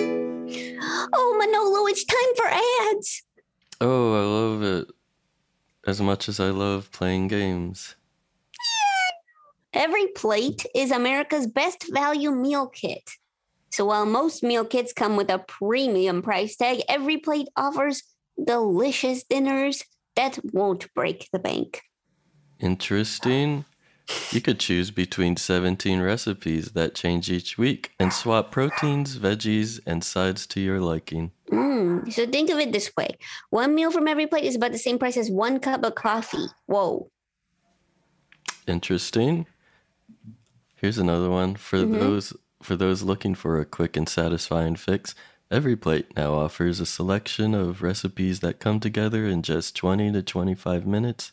[SPEAKER 2] Oh, Manolo, it's time for ads.
[SPEAKER 1] Oh, I love it. As much as I love playing games.
[SPEAKER 2] Every plate is America's best value meal kit. So while most meal kits come with a premium price tag, every plate offers delicious dinners that won't break the bank.
[SPEAKER 1] Interesting. You could choose between 17 recipes that change each week and swap proteins, veggies, and sides to your liking.
[SPEAKER 2] Mm, so think of it this way one meal from every plate is about the same price as one cup of coffee. Whoa.
[SPEAKER 1] Interesting. Here's another one for
[SPEAKER 2] Mhm.
[SPEAKER 1] those for those looking for a quick and satisfying fix. Every plate now offers a selection of recipes that come together in just 20 to 25 minutes,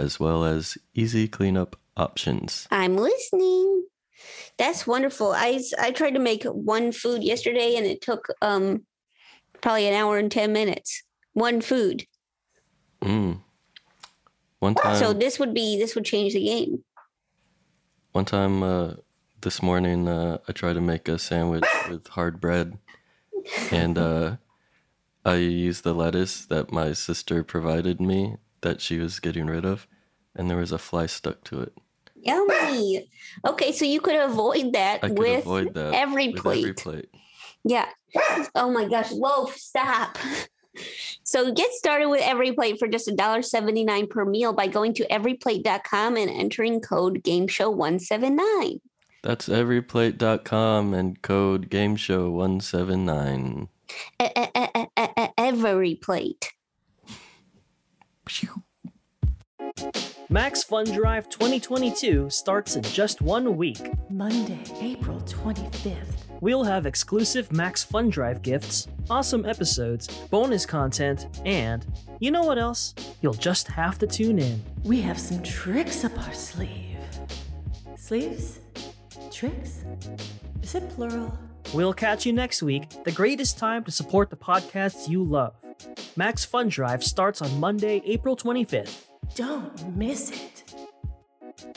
[SPEAKER 1] as well as easy cleanup options.
[SPEAKER 2] I'm listening. That's wonderful. I s- I tried to make one food yesterday and it took um probably an hour and 10 minutes. One food.
[SPEAKER 1] Mm. One time,
[SPEAKER 2] so this would be this would change the game.
[SPEAKER 1] one time uh, this morning, uh, I tried to make a
[SPEAKER 2] <laughs>
[SPEAKER 1] sandwich with hard bread, and uh, I used the lettuce that my sister provided me that she was getting rid of, and there was a fly stuck to it.
[SPEAKER 2] Yummy. Okay, so you could avoid that
[SPEAKER 1] I could
[SPEAKER 2] with
[SPEAKER 1] avoid that
[SPEAKER 2] every
[SPEAKER 1] with
[SPEAKER 2] plate.
[SPEAKER 1] every plate.
[SPEAKER 2] Yeah. Oh my gosh, loaf, stop. <laughs> So get started with every plate for just $1.79 per meal by going to everyplate.com and entering code game show 179.
[SPEAKER 1] That's everyplate.com and code game show 179.
[SPEAKER 2] e- e- e- e- e- e- every plate.
[SPEAKER 9] Max Fun Drive 2022 starts in just one week.
[SPEAKER 10] Monday, April 25th.
[SPEAKER 9] We'll have exclusive Max Fun Drive gifts, awesome episodes, bonus content, and you know what else? You'll just have to tune in.
[SPEAKER 10] We have some tricks up our sleeve. Sleeves? Tricks? Is it plural?
[SPEAKER 9] We'll catch you next week, the greatest time to support the podcasts you love. Max Fun Drive starts on Monday, April 25th.
[SPEAKER 10] Don't miss it.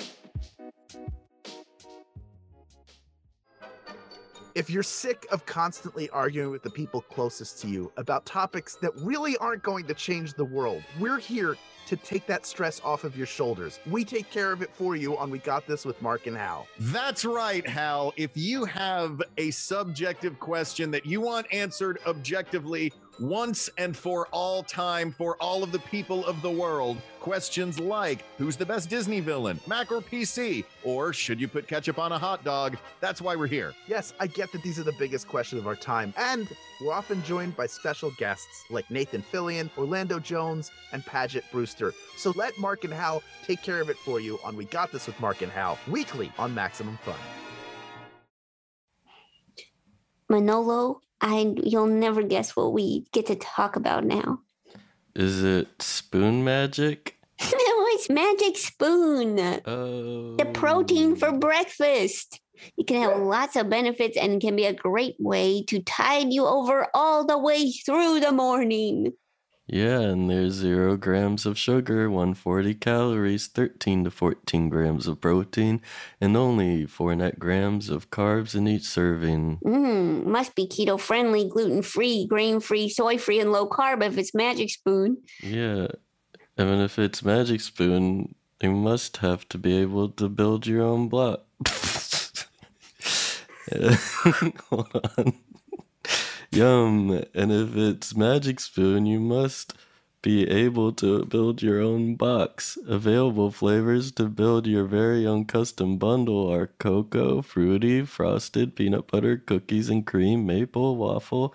[SPEAKER 11] If you're sick of constantly arguing with the people closest to you about topics that really aren't going to change the world, we're here to take that stress off of your shoulders. We take care of it for you on We Got This with Mark and Hal.
[SPEAKER 12] That's right, Hal. If you have a subjective question that you want answered objectively once and for all time for all of the people of the world, questions like who's the best Disney villain, Mac or PC, or should you put ketchup on a hot dog? That's why we're here.
[SPEAKER 11] Yes, I get that these are the biggest questions of our time, and we're often joined by special guests like Nathan Fillion, Orlando Jones, and Paget Brewster. So let Mark and Hal take care of it for you on We Got This with Mark and Hal, weekly on Maximum Fun.
[SPEAKER 2] Manolo, I you'll never guess what we get to talk about now. <laughs>
[SPEAKER 1] Is it spoon magic?
[SPEAKER 2] no, it's Magic Spoon,
[SPEAKER 1] Oh.
[SPEAKER 2] the protein for breakfast. It can have lots of benefits and can be a great way to tide you over all the way through the morning.
[SPEAKER 1] Yeah, and there's zero grams of sugar, 140 calories, 13 to 14 grams of protein, and only four net grams of carbs in each serving.
[SPEAKER 2] Mmm, must be keto friendly, gluten free, grain free, soy free, and low carb if it's Magic Spoon.
[SPEAKER 1] Yeah, and if it's Magic Spoon, you must have to be able to build your own block. <laughs> Hold on. Yum, and if it's Magic Spoon, you must be able to build your own box. Available flavors to build your very own custom bundle are cocoa, fruity, frosted, peanut butter, cookies and cream, maple, waffle,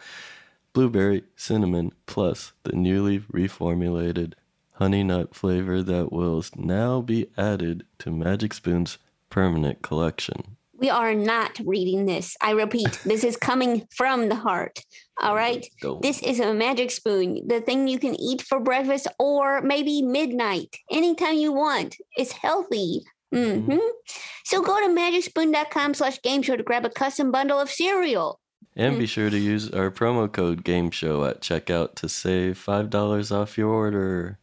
[SPEAKER 1] blueberry, cinnamon, plus the newly reformulated honey nut flavor that will now be added to Magic Spoon's permanent collection.
[SPEAKER 2] We are not reading this. I repeat, this is coming from the heart. All right.
[SPEAKER 1] Go.
[SPEAKER 2] This is a magic spoon, the thing you can eat for breakfast or maybe midnight, anytime you want. It's healthy. hmm So go to magicspoon.com slash game show to grab a custom bundle of cereal.
[SPEAKER 1] And be sure to use our promo code Game Show at checkout to save five dollars off your order.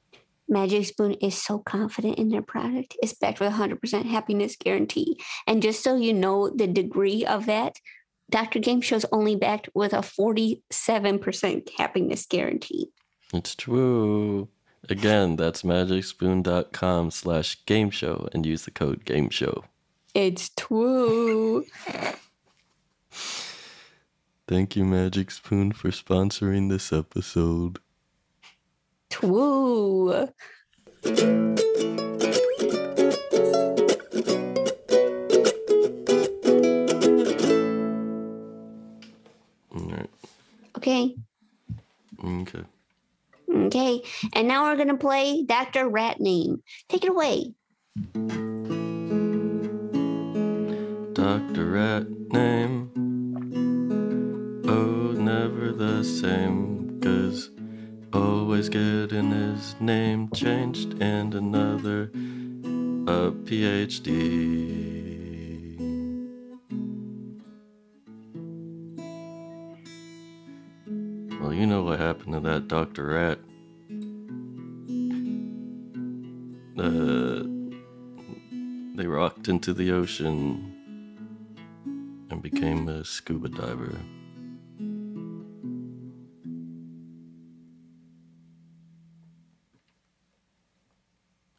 [SPEAKER 2] Magic Spoon is so confident in their product. It's backed with 100% happiness guarantee. And just so you know the degree of that, Dr. Game Show's only backed with a 47% happiness guarantee.
[SPEAKER 1] It's true. Again, that's magicspoon.com slash game show and use the code game show.
[SPEAKER 2] It's true.
[SPEAKER 1] Thank you, Magic Spoon, for sponsoring this episode.
[SPEAKER 2] True.
[SPEAKER 1] All right.
[SPEAKER 2] Okay.
[SPEAKER 1] Okay.
[SPEAKER 2] Okay. And now we're going to play Dr. Rat Name. Take it away.
[SPEAKER 1] Dr. Rat name. Oh, never the same, cause always getting his name changed and another a PhD. Well, you know what happened to that Dr. Rat. Uh, they rocked into the ocean and became a scuba diver.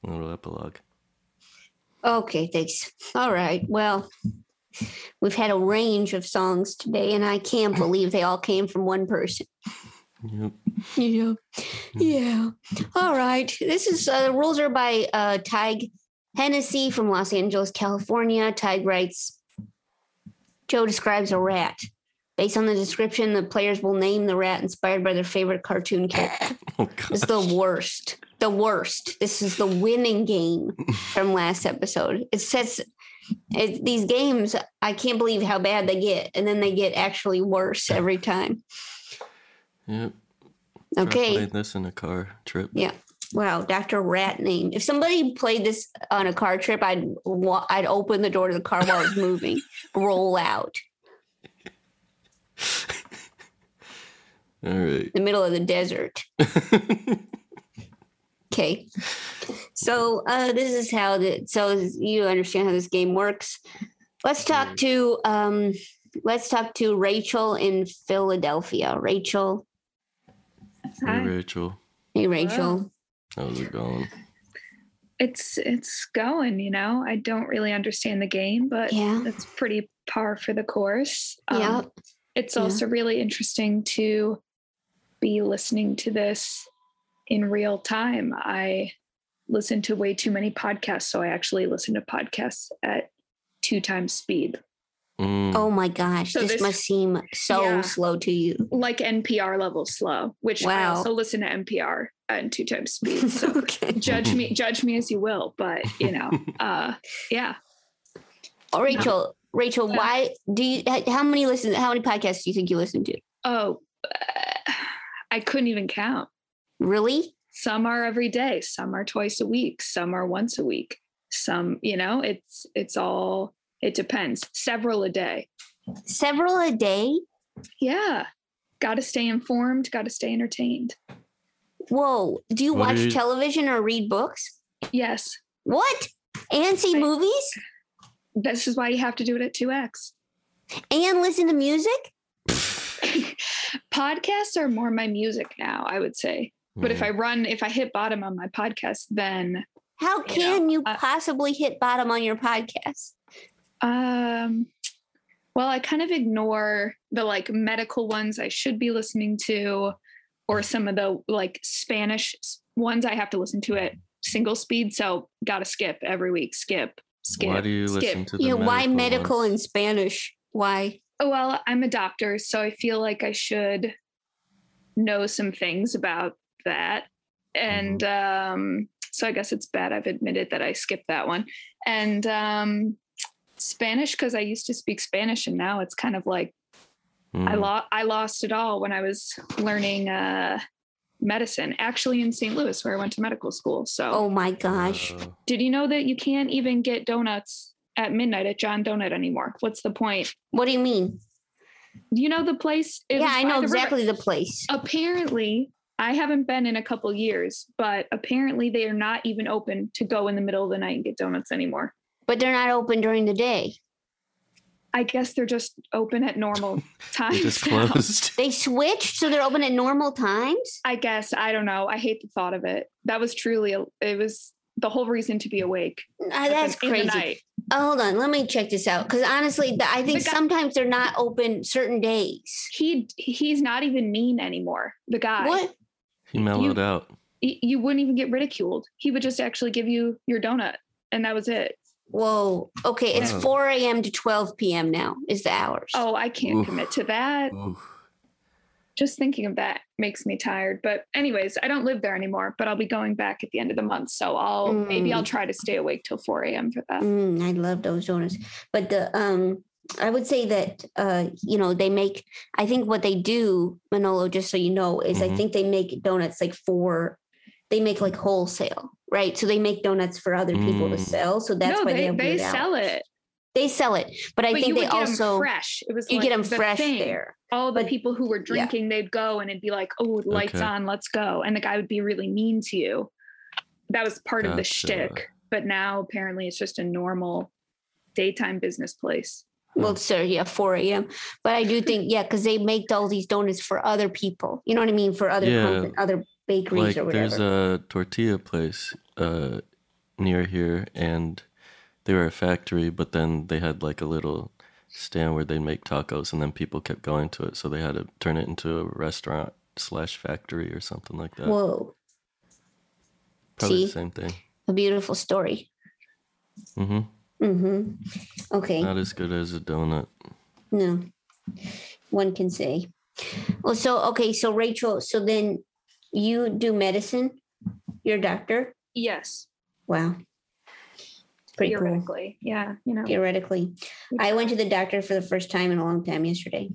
[SPEAKER 1] Little epilogue.
[SPEAKER 2] Okay. Thanks. All right. Well, we've had a range of songs today, and I <laughs> can't believe they all came from one person.
[SPEAKER 1] Yep.
[SPEAKER 2] Yeah. Yeah. All right. This is uh, the rules are by uh, Tig Hennessy from Los Angeles, California. Tig writes Joe describes a rat. Based on the description, the players will name the rat inspired by their favorite cartoon character.
[SPEAKER 1] Oh
[SPEAKER 2] It's
[SPEAKER 1] god.
[SPEAKER 2] the worst. the worst. This is the winning game from last episode. It sets it, these games. I can't believe how bad they get, and then they get actually worse every time.
[SPEAKER 1] Yep. Try
[SPEAKER 2] Okay.
[SPEAKER 1] playing this in a car trip.
[SPEAKER 2] Yeah. Wow, Dr. Rat name. If somebody played this on a car trip, I'd wa- I'd open the door to the car while it's moving, roll out
[SPEAKER 1] All right.
[SPEAKER 2] in the middle of the desert. okay. So uh, this is how the so you understand how this game works. Let's talk to um, let's talk to Rachel in Philadelphia. Rachel,
[SPEAKER 1] Hey, Rachel.
[SPEAKER 2] hey Rachel.
[SPEAKER 1] How's it going?
[SPEAKER 13] it's it's going you know i don't really understand the game but it's pretty par for the course Um,
[SPEAKER 2] Yeah.
[SPEAKER 13] it's
[SPEAKER 2] Yeah.
[SPEAKER 13] also really interesting to be listening to this in real time i listen to way too many podcasts so i actually listen to podcasts at two times speed
[SPEAKER 1] Mm.
[SPEAKER 10] Mm.
[SPEAKER 2] Oh my gosh,
[SPEAKER 13] So
[SPEAKER 2] this,
[SPEAKER 13] this-
[SPEAKER 2] must seem so
[SPEAKER 13] Yeah.
[SPEAKER 2] slow to you.
[SPEAKER 13] like npr level slow which i
[SPEAKER 2] Wow.
[SPEAKER 13] also listen to npr at two times speed
[SPEAKER 2] <laughs>
[SPEAKER 13] so judge me judge me as you will but you know uh yeah
[SPEAKER 2] Oh, Rachel, Rachel,
[SPEAKER 13] Yeah.
[SPEAKER 2] why do you? h- How many listen? How many podcasts do you think you listen to?
[SPEAKER 13] Oh, I couldn't even count.
[SPEAKER 2] Really?
[SPEAKER 13] Some are every day, some are twice a week, some are once a week. Some, you know, it's it's all it depends. Several a day.
[SPEAKER 2] Several a day?
[SPEAKER 13] Yeah. Got to stay informed, got to stay entertained.
[SPEAKER 2] Whoa! Do you
[SPEAKER 13] What
[SPEAKER 2] watch
[SPEAKER 13] do you-
[SPEAKER 2] television or read books?
[SPEAKER 13] Yes.
[SPEAKER 2] What? And see movies?
[SPEAKER 13] This is why you have to do it at 2x.
[SPEAKER 2] And listen to music?
[SPEAKER 13] <laughs> podcasts are more my music now, I would say. But if I run, if I hit bottom on my podcast, then
[SPEAKER 2] How
[SPEAKER 13] know, uh,
[SPEAKER 2] can you possibly hit bottom on your podcast?
[SPEAKER 13] Um, well, I kind of ignore the like medical ones I should be listening to, or some of the like Spanish s- ones I have to listen to at single speed. So gotta skip every week. Skip, skip.
[SPEAKER 1] Why do you listen to the
[SPEAKER 13] Yeah,
[SPEAKER 2] Why medical in Spanish? Why?
[SPEAKER 13] Oh, Well, I'm a doctor, so I feel like I should know some things about that. And
[SPEAKER 1] Mm-hmm.
[SPEAKER 13] um, so I guess it's bad I've admitted that I skipped that one. And um, Spanish, because I used to speak Spanish and now it's kind of like I,
[SPEAKER 10] Mm.
[SPEAKER 13] lo- I lost it all when I was learning uh, medicine, actually in St. Louis, where I went to medical school. So,
[SPEAKER 2] oh my gosh.
[SPEAKER 13] Did you know that you can't even get donuts at midnight at John Donut anymore? What's the point?
[SPEAKER 2] What do you mean?
[SPEAKER 13] You know the place?
[SPEAKER 2] Yeah, I know exactly the
[SPEAKER 13] place
[SPEAKER 2] place.
[SPEAKER 13] apparently i haven't been in a couple years but apparently they are not even open to go in the middle of the night and get donuts anymore
[SPEAKER 2] but they're not open during the day
[SPEAKER 13] i guess they're just open at normal times
[SPEAKER 1] just
[SPEAKER 13] now.
[SPEAKER 1] closed.
[SPEAKER 2] They switched so they're open at normal times?
[SPEAKER 13] i guess i don't know i hate the thought of it that was truly a, it was the whole reason to be awake
[SPEAKER 2] Uh, that's
[SPEAKER 13] in the
[SPEAKER 2] crazy.
[SPEAKER 13] night.
[SPEAKER 2] Oh, hold on, let me check this out because honestly, th- I think sometimes they're not open certain days.
[SPEAKER 13] He he's not even mean anymore. The guy.
[SPEAKER 2] What?
[SPEAKER 1] He mellowed out.
[SPEAKER 13] Y- you wouldn't even get ridiculed he would just actually give you your donut and that was it
[SPEAKER 2] Whoa. Okay, it's
[SPEAKER 13] Wow.
[SPEAKER 2] 4 a.m. to 12 p.m. now is the hours.
[SPEAKER 13] oh i can't
[SPEAKER 2] Oof.
[SPEAKER 13] commit to that just thinking of that makes me tired. But anyways, I don't live there anymore, but I'll be going back at the end of the month. So I'll maybe I'll
[SPEAKER 2] Mm.
[SPEAKER 13] try to stay awake till 4 a.m. for that.
[SPEAKER 2] Mm, I love those donuts. But the um I would say that uh you know they make I think what they do, Manolo, just so you know, is I
[SPEAKER 1] Mm-hmm.
[SPEAKER 10] Mhm.
[SPEAKER 2] think they make donuts like for they make like wholesale, right? So they make donuts for other people to
[SPEAKER 10] Mm.
[SPEAKER 2] sell. So that's
[SPEAKER 13] no,
[SPEAKER 2] why
[SPEAKER 13] they,
[SPEAKER 2] have
[SPEAKER 13] they
[SPEAKER 2] weird
[SPEAKER 13] sell
[SPEAKER 2] hours.
[SPEAKER 13] it.
[SPEAKER 2] They sell it. But I
[SPEAKER 13] But
[SPEAKER 2] think
[SPEAKER 13] you
[SPEAKER 2] they
[SPEAKER 13] would get 'em
[SPEAKER 2] also
[SPEAKER 13] fresh. It was
[SPEAKER 2] you
[SPEAKER 13] like
[SPEAKER 2] get them
[SPEAKER 13] the
[SPEAKER 2] fresh
[SPEAKER 13] thing.
[SPEAKER 2] there.
[SPEAKER 13] All the people who were drinking, they'd go and it'd be like, oh, lights
[SPEAKER 2] Okay.
[SPEAKER 13] on, let's go. And the guy would be really mean to you. That was part of the
[SPEAKER 2] Gotcha.
[SPEAKER 13] shtick. But now apparently it's just a normal daytime business place.
[SPEAKER 2] Well, sir, yeah, 4 a.m. But I
[SPEAKER 13] <laughs>
[SPEAKER 2] do think, yeah, because they make all these donuts for other people. You know what I mean? For other
[SPEAKER 1] Yeah.
[SPEAKER 2] company, other bakeries
[SPEAKER 1] Like
[SPEAKER 2] or
[SPEAKER 1] there's
[SPEAKER 2] whatever.
[SPEAKER 1] a tortilla place uh near here and they were a factory, but then they had like a little stand where they make tacos and then people kept going to it, so they had to turn it into a restaurant slash factory or something like that.
[SPEAKER 2] Whoa,
[SPEAKER 1] Probably the
[SPEAKER 2] see?
[SPEAKER 1] same thing.
[SPEAKER 2] a beautiful story.
[SPEAKER 1] hmm
[SPEAKER 2] hmm Okay.
[SPEAKER 1] Not as good as a donut.
[SPEAKER 2] No, one can say. Oh, Well, so, okay, so Rachel, so then you do medicine? You're a doctor?
[SPEAKER 13] Yes.
[SPEAKER 2] Wow. Pretty cool.
[SPEAKER 13] theoretically. Yeah. You know,
[SPEAKER 2] Theoretically. I went to the doctor for the first time in a long time yesterday.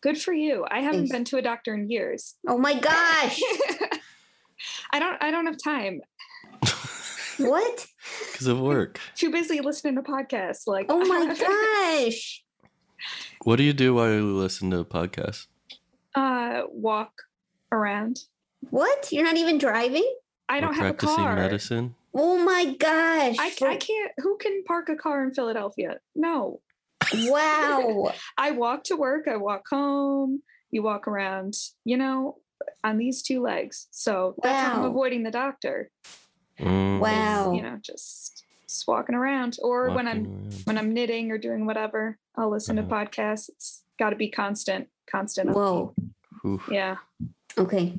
[SPEAKER 13] good for you. I haven't been to a doctor in years.
[SPEAKER 2] Oh my gosh.
[SPEAKER 13] <laughs> I don't I don't have time.
[SPEAKER 2] <laughs> what?
[SPEAKER 1] because of work.
[SPEAKER 13] Too busy listening to podcasts. Like
[SPEAKER 2] Oh my
[SPEAKER 13] <laughs>
[SPEAKER 2] gosh.
[SPEAKER 1] What do you do while you listen to a podcast?
[SPEAKER 13] Uh walk around.
[SPEAKER 2] What? You're not even driving?
[SPEAKER 13] I don't
[SPEAKER 1] Or
[SPEAKER 13] have a
[SPEAKER 1] practicing
[SPEAKER 13] car.
[SPEAKER 1] medicine.
[SPEAKER 2] Oh my gosh.
[SPEAKER 13] I, I can't. Who can park a car in Philadelphia? No.
[SPEAKER 2] Wow.
[SPEAKER 13] <laughs> I walk to work. I walk home. You walk around, you know, on these two legs. So that's how I'm
[SPEAKER 2] Wow.
[SPEAKER 13] avoiding the doctor.
[SPEAKER 1] Mm.
[SPEAKER 13] is, You know, just just walking around or when I'm when I'm knitting or doing whatever, I'll listen
[SPEAKER 1] Uh-huh.
[SPEAKER 13] to podcasts. It's got to be constant, constant.
[SPEAKER 2] Whoa.
[SPEAKER 1] Oof.
[SPEAKER 13] Yeah.
[SPEAKER 2] Okay.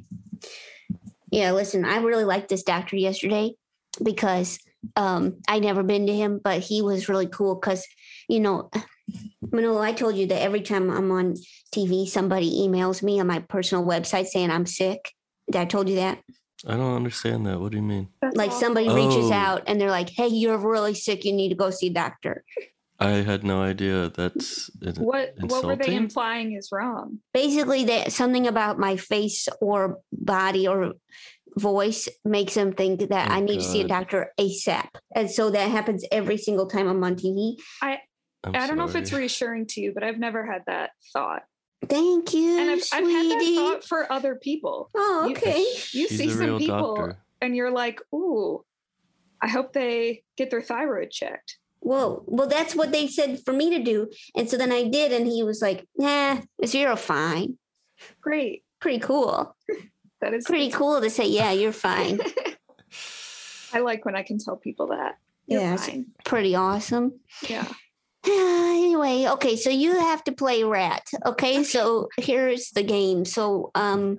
[SPEAKER 2] Yeah, listen, I really liked this doctor yesterday because um I never been to him, but he was really cool because you know Manolo, I told you that every time I'm on TV, somebody emails me on my personal website saying I'm sick. Did I told you that?
[SPEAKER 1] I don't understand that. What do you mean?
[SPEAKER 2] like somebody reaches
[SPEAKER 1] Oh.
[SPEAKER 2] out and they're like, Hey, you're really sick, you need to go see a doctor.
[SPEAKER 1] I had no idea. That's in-
[SPEAKER 13] What what were they
[SPEAKER 1] insulting?
[SPEAKER 13] implying is wrong?
[SPEAKER 2] basically that something about my face or body or voice makes them think that I need to see a
[SPEAKER 1] God.
[SPEAKER 2] doctor ASAP. And so that happens every single time I'm on TV.
[SPEAKER 13] I
[SPEAKER 1] I'm
[SPEAKER 13] I don't know if it's
[SPEAKER 1] sorry.
[SPEAKER 13] reassuring to you, but I've never had that thought.
[SPEAKER 2] Thank you.
[SPEAKER 13] And I've, I've had that thought for other people.
[SPEAKER 2] Oh, okay.
[SPEAKER 13] You,
[SPEAKER 1] She's
[SPEAKER 13] see
[SPEAKER 1] a
[SPEAKER 13] some
[SPEAKER 1] real
[SPEAKER 13] people
[SPEAKER 1] doctor.
[SPEAKER 13] and you're like, ooh, I hope they get their thyroid checked.
[SPEAKER 2] Whoa. Well, that's what they said for me to do. And so then I did. And he was like, nah, you're fine.
[SPEAKER 13] Great.
[SPEAKER 2] Pretty cool.
[SPEAKER 13] That is
[SPEAKER 2] pretty cool to say, yeah, you're fine.
[SPEAKER 13] I like when I can tell people that. <laughs> You're
[SPEAKER 2] yeah. it's
[SPEAKER 13] fine.
[SPEAKER 2] Pretty awesome.
[SPEAKER 13] Yeah.
[SPEAKER 2] <sighs> anyway, okay, so you have to play rat. Okay, so here's the game. So um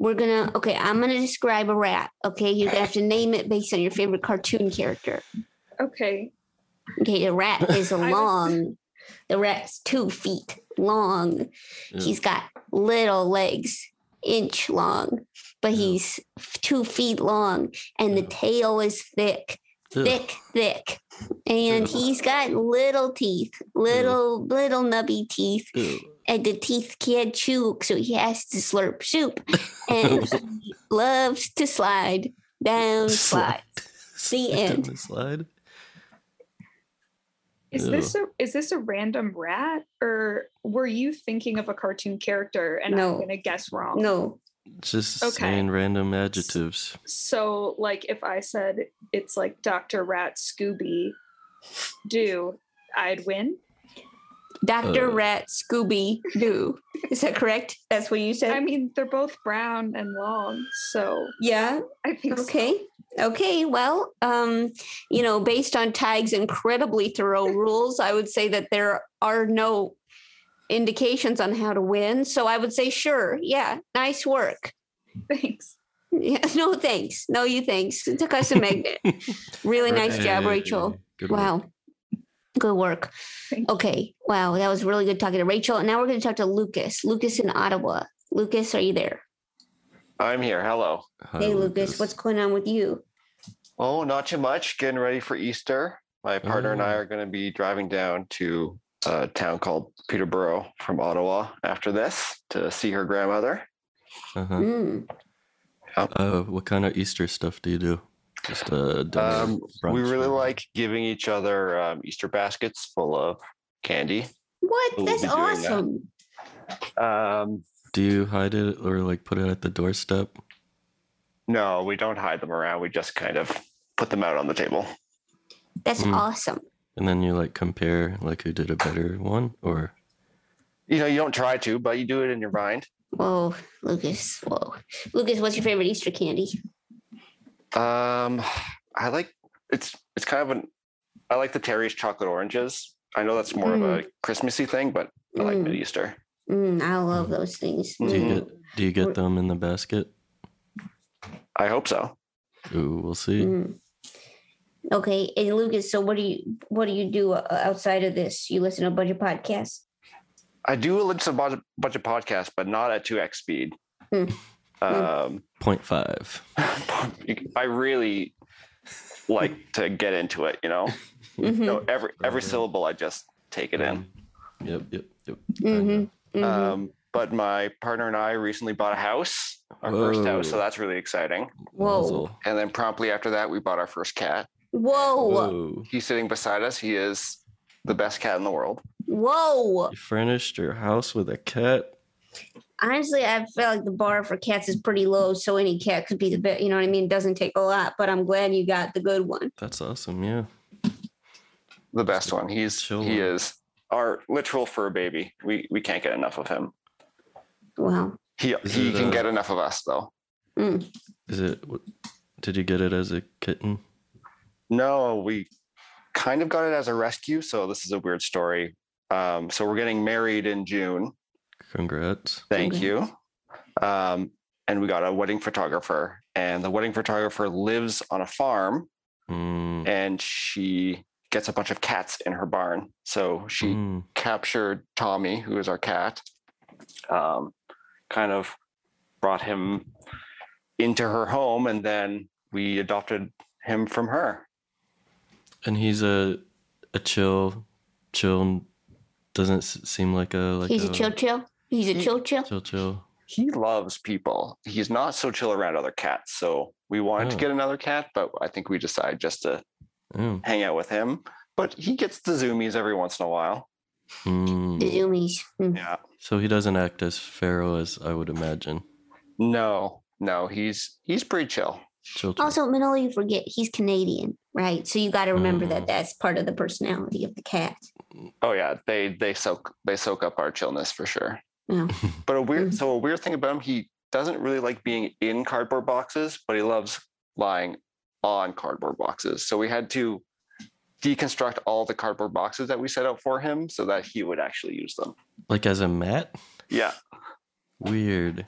[SPEAKER 2] we're gonna okay, I'm gonna describe a rat. Okay, you're gonna have to name it based on your favorite cartoon character.
[SPEAKER 13] Okay.
[SPEAKER 2] Okay, the rat is
[SPEAKER 13] I was-
[SPEAKER 2] long. The rat's two feet long. He's got little legs, inch long, but he's f- two feet long, and the tail is thick,
[SPEAKER 1] Ew.
[SPEAKER 2] thick, thick. And
[SPEAKER 1] Ew.
[SPEAKER 2] he's got little teeth, little, little nubby teeth.
[SPEAKER 1] Ew.
[SPEAKER 2] And the teeth can't chew, so he has to slurp soup. And he loves to slide down slide.
[SPEAKER 1] Slide.
[SPEAKER 2] The
[SPEAKER 1] Down
[SPEAKER 2] end.
[SPEAKER 1] the slide.
[SPEAKER 13] Is this a is this a random rat or were you thinking of a cartoon character and
[SPEAKER 2] No.
[SPEAKER 13] I'm gonna guess wrong?
[SPEAKER 2] No.
[SPEAKER 1] Just
[SPEAKER 13] Okay.
[SPEAKER 1] saying random adjectives.
[SPEAKER 13] So like if I said it's like Dr. Rat Scooby do, I'd win.
[SPEAKER 2] Dr.
[SPEAKER 13] Uh.
[SPEAKER 2] Rat Scooby Doo. Is that correct? That's what you said?
[SPEAKER 13] I mean, they're both brown and long, so
[SPEAKER 2] Yeah.
[SPEAKER 13] I think so.
[SPEAKER 2] Okay. Okay. Well, um, you know, based on Tig's incredibly
[SPEAKER 13] <laughs>
[SPEAKER 2] thorough rules, I would say that there are no indications on how to win. So I would say, sure. Yeah. Nice work.
[SPEAKER 13] Thanks.
[SPEAKER 2] Yeah, <laughs> no thanks. No, you thanks. It took us a
[SPEAKER 13] <laughs>
[SPEAKER 2] magnet. really nice job,
[SPEAKER 1] Hooray.
[SPEAKER 2] Rachel.
[SPEAKER 1] Good work.
[SPEAKER 2] wow. Good work. Okay. Wow. That was really good talking to Rachel. And now we're going to talk to Lucas. Lucas in Ottawa. Lucas, are you there?
[SPEAKER 14] <laughs> I'm here. Hello.
[SPEAKER 2] hey, Lucas. What's going on with you?
[SPEAKER 14] Oh, not too much. Getting ready for Easter. My partner and I are going to be driving down to a town called Peterborough from Ottawa after this to see her grandmother.
[SPEAKER 1] Uh-huh.
[SPEAKER 2] Mm.
[SPEAKER 1] Uh, what kind of Easter stuff do you do? Just uh, dinner,
[SPEAKER 14] Um,
[SPEAKER 1] brunch,
[SPEAKER 14] we really
[SPEAKER 1] or-
[SPEAKER 14] like giving each other um, Easter baskets full of candy.
[SPEAKER 2] What?
[SPEAKER 14] So we'll
[SPEAKER 2] That's
[SPEAKER 14] be doing that.
[SPEAKER 2] awesome.
[SPEAKER 14] Um,
[SPEAKER 1] Do you hide it or like put it at the doorstep?
[SPEAKER 14] no, we don't hide them around. We just kind of put them out on the table.
[SPEAKER 2] That's
[SPEAKER 1] Mm.
[SPEAKER 2] awesome.
[SPEAKER 1] And then you like compare like who did a better one or
[SPEAKER 14] You know, you don't try to, but you do it in your mind.
[SPEAKER 2] Whoa, Lucas. Whoa. Lucas, what's your favorite Easter candy?
[SPEAKER 14] Um, I like it's it's kind of an I like the Terry's chocolate oranges. I know that's more of a Christmassy thing, but I like mid Easter.
[SPEAKER 2] Mm, I love those things.
[SPEAKER 1] do
[SPEAKER 14] Mm-hmm.
[SPEAKER 1] you
[SPEAKER 2] Mm.
[SPEAKER 1] get do you get them in the basket?
[SPEAKER 14] I hope so.
[SPEAKER 1] Ooh, we'll see.
[SPEAKER 2] Mm. Okay, and Lucas, so what do you what do you do uh, outside of this? You listen to a bunch of podcasts.
[SPEAKER 14] I do listen to a bunch of- bunch of podcasts, but not at two x speed.
[SPEAKER 2] Mm.
[SPEAKER 14] Um,
[SPEAKER 1] Point five.
[SPEAKER 14] <laughs> I really like to get into it. You know,
[SPEAKER 2] Mhm.
[SPEAKER 14] You know, every every syllable I just take it
[SPEAKER 1] Mm.
[SPEAKER 14] in.
[SPEAKER 1] Yep, yep, yep.
[SPEAKER 2] Mm-hmm.
[SPEAKER 14] Um, but my partner and I recently bought a house, our first house, so
[SPEAKER 1] Whoa.
[SPEAKER 14] that's really exciting.
[SPEAKER 2] Whoa.
[SPEAKER 14] And then promptly after that, we bought our first cat.
[SPEAKER 2] Whoa. Whoa.
[SPEAKER 14] He's sitting beside us. He is the best cat in the world.
[SPEAKER 1] You furnished your house with a cat.
[SPEAKER 2] Honestly, I feel like the bar for cats is pretty low, so any cat could be the best. You know what I mean? It doesn't take a lot, but I'm glad you got the good one.
[SPEAKER 1] That's awesome. Yeah.
[SPEAKER 14] The best one. He's he is our literal fur baby. We we can't get enough of him.
[SPEAKER 2] Wow.
[SPEAKER 14] He
[SPEAKER 1] Is
[SPEAKER 14] he
[SPEAKER 1] it,
[SPEAKER 14] can
[SPEAKER 1] uh,
[SPEAKER 14] get enough of us though.
[SPEAKER 2] Mm.
[SPEAKER 1] Is it? what- Did you get it as a kitten?
[SPEAKER 14] No, we kind of got it as a rescue, so this is a weird story. Um, so we're getting married in June.
[SPEAKER 1] Congrats.
[SPEAKER 14] Thank you. Um, and we got a wedding photographer, and the wedding photographer lives on a farm, and she gets a bunch of cats in her barn. So she captured Tommy, who is our cat, um, kind of brought him into her home, and then we adopted him from her.
[SPEAKER 1] And he's a a chill, chill. Doesn't s- seem like a like.
[SPEAKER 2] He's a chill chill. He's a chill chill.
[SPEAKER 1] Chill, chill.
[SPEAKER 14] He loves people. He's not so chill around other cats. So we wanted to
[SPEAKER 1] Oh.
[SPEAKER 14] get another cat, but I think we decided just to
[SPEAKER 1] Oh.
[SPEAKER 14] hang out with him. But he gets the zoomies every once in a while.
[SPEAKER 1] Mm.
[SPEAKER 2] The zoomies. Mm.
[SPEAKER 14] Yeah.
[SPEAKER 1] So he doesn't act as feral as I would imagine.
[SPEAKER 14] No, no, he's he's pretty chill.
[SPEAKER 1] Chill, chill.
[SPEAKER 2] Also, Manolo, you forget he's Canadian, right? So you got to remember
[SPEAKER 1] Mm.
[SPEAKER 2] that that's part of the personality of
[SPEAKER 1] <laughs>
[SPEAKER 2] the cat.
[SPEAKER 14] Oh yeah, they they soak they soak up our chillness for sure.
[SPEAKER 2] Yeah.
[SPEAKER 14] But
[SPEAKER 1] <laughs>
[SPEAKER 14] a weird so a weird thing about him, he doesn't really like being in cardboard boxes, but he loves lying on cardboard boxes. So we had to deconstruct all the cardboard boxes that we set up for him so that he would actually use them.
[SPEAKER 1] Like as a mat.
[SPEAKER 14] Yeah.
[SPEAKER 1] Weird.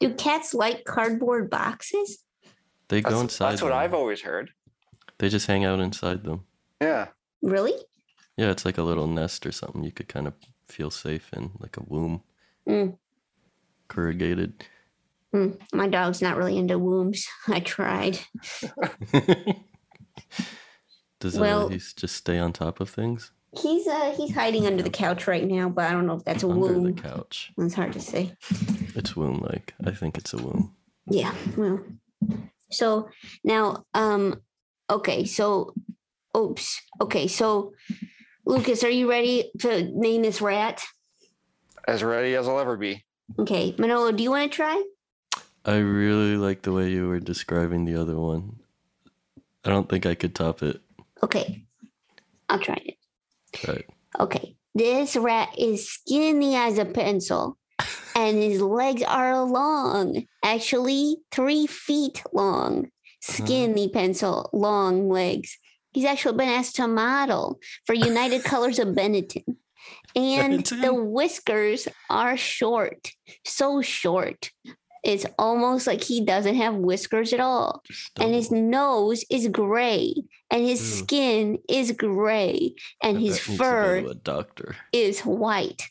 [SPEAKER 2] Do cats like cardboard boxes?
[SPEAKER 1] They go
[SPEAKER 14] That's-
[SPEAKER 1] inside.
[SPEAKER 14] That's what
[SPEAKER 1] them.
[SPEAKER 14] I've always heard.
[SPEAKER 1] They just hang out inside them.
[SPEAKER 14] Yeah.
[SPEAKER 2] Really?
[SPEAKER 1] Yeah, it's like a little nest or something. You could kind of feel safe in, like a womb,
[SPEAKER 2] Mm,
[SPEAKER 1] corrugated. <laughs>
[SPEAKER 2] mm. My dog's not really into wombs. <laughs> I tried.
[SPEAKER 1] Does
[SPEAKER 2] Well-
[SPEAKER 1] he just stay on top of things?
[SPEAKER 2] He's uh he's hiding under the couch right now, but I don't know if that's a
[SPEAKER 1] Under the
[SPEAKER 2] womb.
[SPEAKER 1] couch.
[SPEAKER 2] It's hard to say.
[SPEAKER 1] It's womb-like. I think it's a womb.
[SPEAKER 2] Yeah. Well. So now, um, okay. So, oops. Okay. So, Lucas, are you ready to name this rat?
[SPEAKER 14] As ready as I'll ever be.
[SPEAKER 2] Okay, Manolo, do you want to try?
[SPEAKER 1] I really like the way you were describing the other one. I don't think I could top it.
[SPEAKER 2] Okay, I'll try it.
[SPEAKER 1] Right.
[SPEAKER 2] Okay. This rat is skinny as a pencil, and his legs are long, actually, three feet long. Skinny
[SPEAKER 1] Mm-hmm.
[SPEAKER 2] pencil, long legs. He's actually been asked to model
[SPEAKER 1] <laughs>
[SPEAKER 2] for United Colors of Benetton. And the whiskers are short, so short. It's almost like he doesn't have whiskers at all. And his nose is gray, and his
[SPEAKER 1] Ew.
[SPEAKER 2] skin is gray, and his
[SPEAKER 1] That needs to go
[SPEAKER 2] fur
[SPEAKER 1] to a doctor.
[SPEAKER 2] is white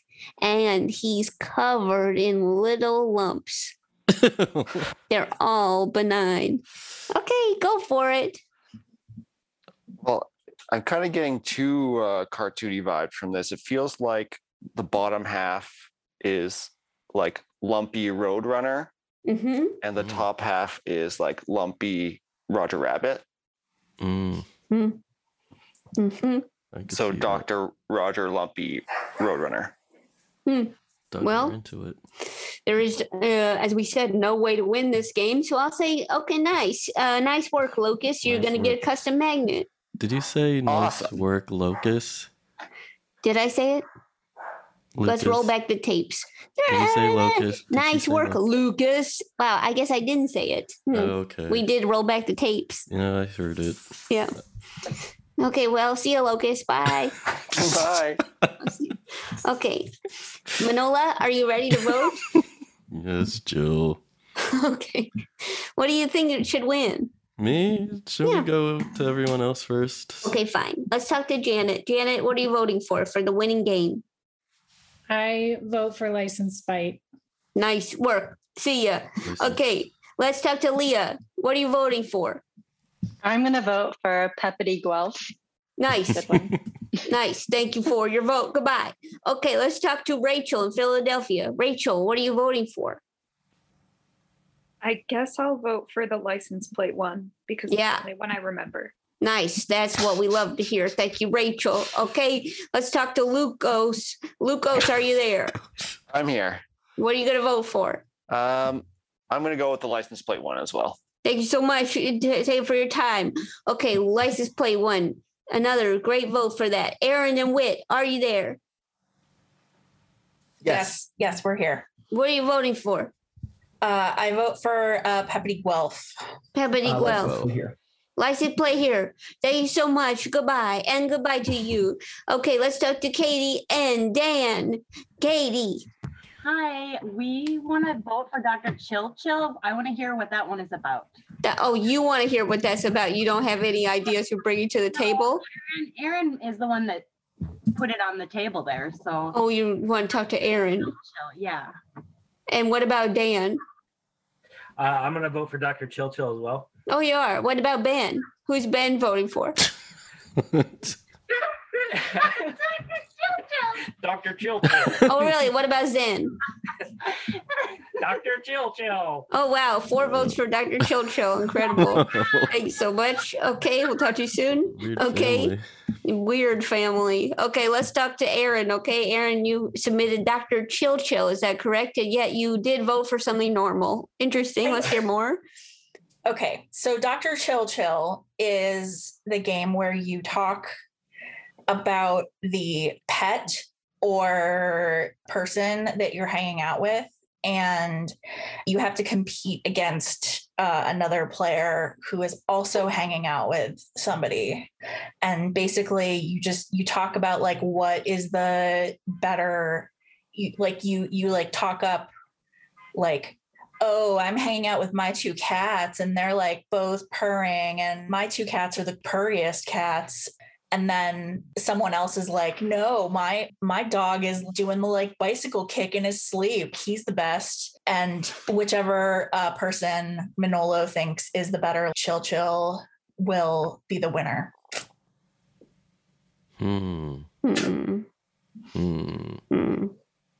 [SPEAKER 2] and he's covered in little
[SPEAKER 1] <laughs>
[SPEAKER 2] lumps. They're all benign. Okay, go for it.
[SPEAKER 14] Well, I'm kind of getting two uh, cartoony vibes from this. It feels like the bottom half is like lumpy Roadrunner,
[SPEAKER 2] Mm-hmm.
[SPEAKER 1] Mm.
[SPEAKER 14] and the top half is like lumpy Roger Rabbit.
[SPEAKER 1] Mm.
[SPEAKER 2] Mm-hmm.
[SPEAKER 14] So Doctor Roger Lumpy Roadrunner.
[SPEAKER 1] Dug
[SPEAKER 2] Well-
[SPEAKER 1] her into it.
[SPEAKER 2] hmm. There is, uh, as we said, no way to win this game. So I'll say, okay, nice. Uh, nice work, Locus. You're
[SPEAKER 1] Nice
[SPEAKER 2] going to get a custom magnet.
[SPEAKER 1] Did you say nice work, Locus?
[SPEAKER 2] Did I say it? Let's roll
[SPEAKER 1] Lucas?
[SPEAKER 2] back the tapes.
[SPEAKER 1] Did you say Locus? Did you
[SPEAKER 2] nice
[SPEAKER 1] say
[SPEAKER 2] work,
[SPEAKER 1] Locus?
[SPEAKER 2] Lucas. Wow, I guess I didn't say it. Hmm.
[SPEAKER 1] Okay.
[SPEAKER 2] We did roll back the tapes.
[SPEAKER 1] Yeah, I heard it.
[SPEAKER 2] Yeah. Okay, well, see you, Locust. Bye.
[SPEAKER 14] Bye.
[SPEAKER 2] Okay. Manola, are you ready to vote?
[SPEAKER 1] Yes, Jill.
[SPEAKER 2] okay. What do you think it should win?
[SPEAKER 1] Me? Should
[SPEAKER 2] Yeah.
[SPEAKER 1] we go to everyone else first?
[SPEAKER 2] Okay, fine. Let's talk to Janet. Janet, what are you voting for for the winning game?
[SPEAKER 5] I vote for license bite.
[SPEAKER 2] Nice work. See ya. Okay, let's talk to Leah. What are you voting for?
[SPEAKER 8] I'm going to vote for Peppity Guelph.
[SPEAKER 2] Nice. nice. Thank you for your vote. Goodbye. Okay, let's talk to Rachel in Philadelphia. Rachel, what are you voting for?
[SPEAKER 13] I guess I'll vote for the license plate one because
[SPEAKER 2] Yeah.
[SPEAKER 13] it's the only one I remember.
[SPEAKER 2] Nice. That's what we love to hear. Thank you, Rachel. Okay, let's talk to Lucos. Lucos, are you there?
[SPEAKER 14] I'm here.
[SPEAKER 2] What are you going to vote for?
[SPEAKER 14] Um, I'm going to go with the license plate one as well.
[SPEAKER 2] Thank you so much you t- t- for your time. Okay, license plate one. Another great vote for that. Aaron and Wit, are you there?
[SPEAKER 3] Yes, yes, we're here.
[SPEAKER 2] What are you voting for?
[SPEAKER 3] Uh, I vote for uh, Peppity Guelph.
[SPEAKER 2] Peppity Guelph. License plate here. Thank you so much. Goodbye and goodbye to you. Okay, let's talk to Katie and Dan. Katie.
[SPEAKER 6] Hi, we want to vote for Dr. Chill Chill. I want to hear what that one is about.
[SPEAKER 2] That, oh, you want to hear what that's about. You don't have any ideas who bring you to the table?
[SPEAKER 6] And Aaron is the one that put it on the table there. So,
[SPEAKER 2] Oh, you want to talk to Aaron.
[SPEAKER 6] yeah.
[SPEAKER 2] And what about Dan?
[SPEAKER 7] Uh, I'm gonna vote for Dr. Chill Chill as well.
[SPEAKER 2] Oh, you are. What about Ben? Who's Ben voting for?
[SPEAKER 7] Dr. Chill Chill. <laughs>
[SPEAKER 2] oh, really? What about Zen?
[SPEAKER 7] Dr. Chill Chill.
[SPEAKER 2] Oh, wow. Four votes for Dr. Chill Chill. Incredible. Thanks so much. Okay, we'll talk to you soon.
[SPEAKER 1] Weird
[SPEAKER 2] okay. Weird family. Okay, let's talk to Aaron. Okay, Aaron, you submitted Dr. Chill Chill. Is that correct? And yet you did vote for something normal. Interesting. Let's hear more.
[SPEAKER 3] Okay, so Dr. Chill Chill is the game where you talk about the pet or person that you're hanging out with, and you have to compete against uh, another player who is also hanging out with somebody. And basically, you just you talk about like what is the better, you, like you you like talk up like oh, I'm hanging out with my two cats and they're like both purring and my two cats are the purriest cats. And then someone else is like, no, my my dog is doing the like bicycle kick in his sleep. He's the best. And whichever uh, person Manolo thinks is the better chill chill will be the winner.
[SPEAKER 1] Hmm.
[SPEAKER 2] Hmm.
[SPEAKER 1] Hmm.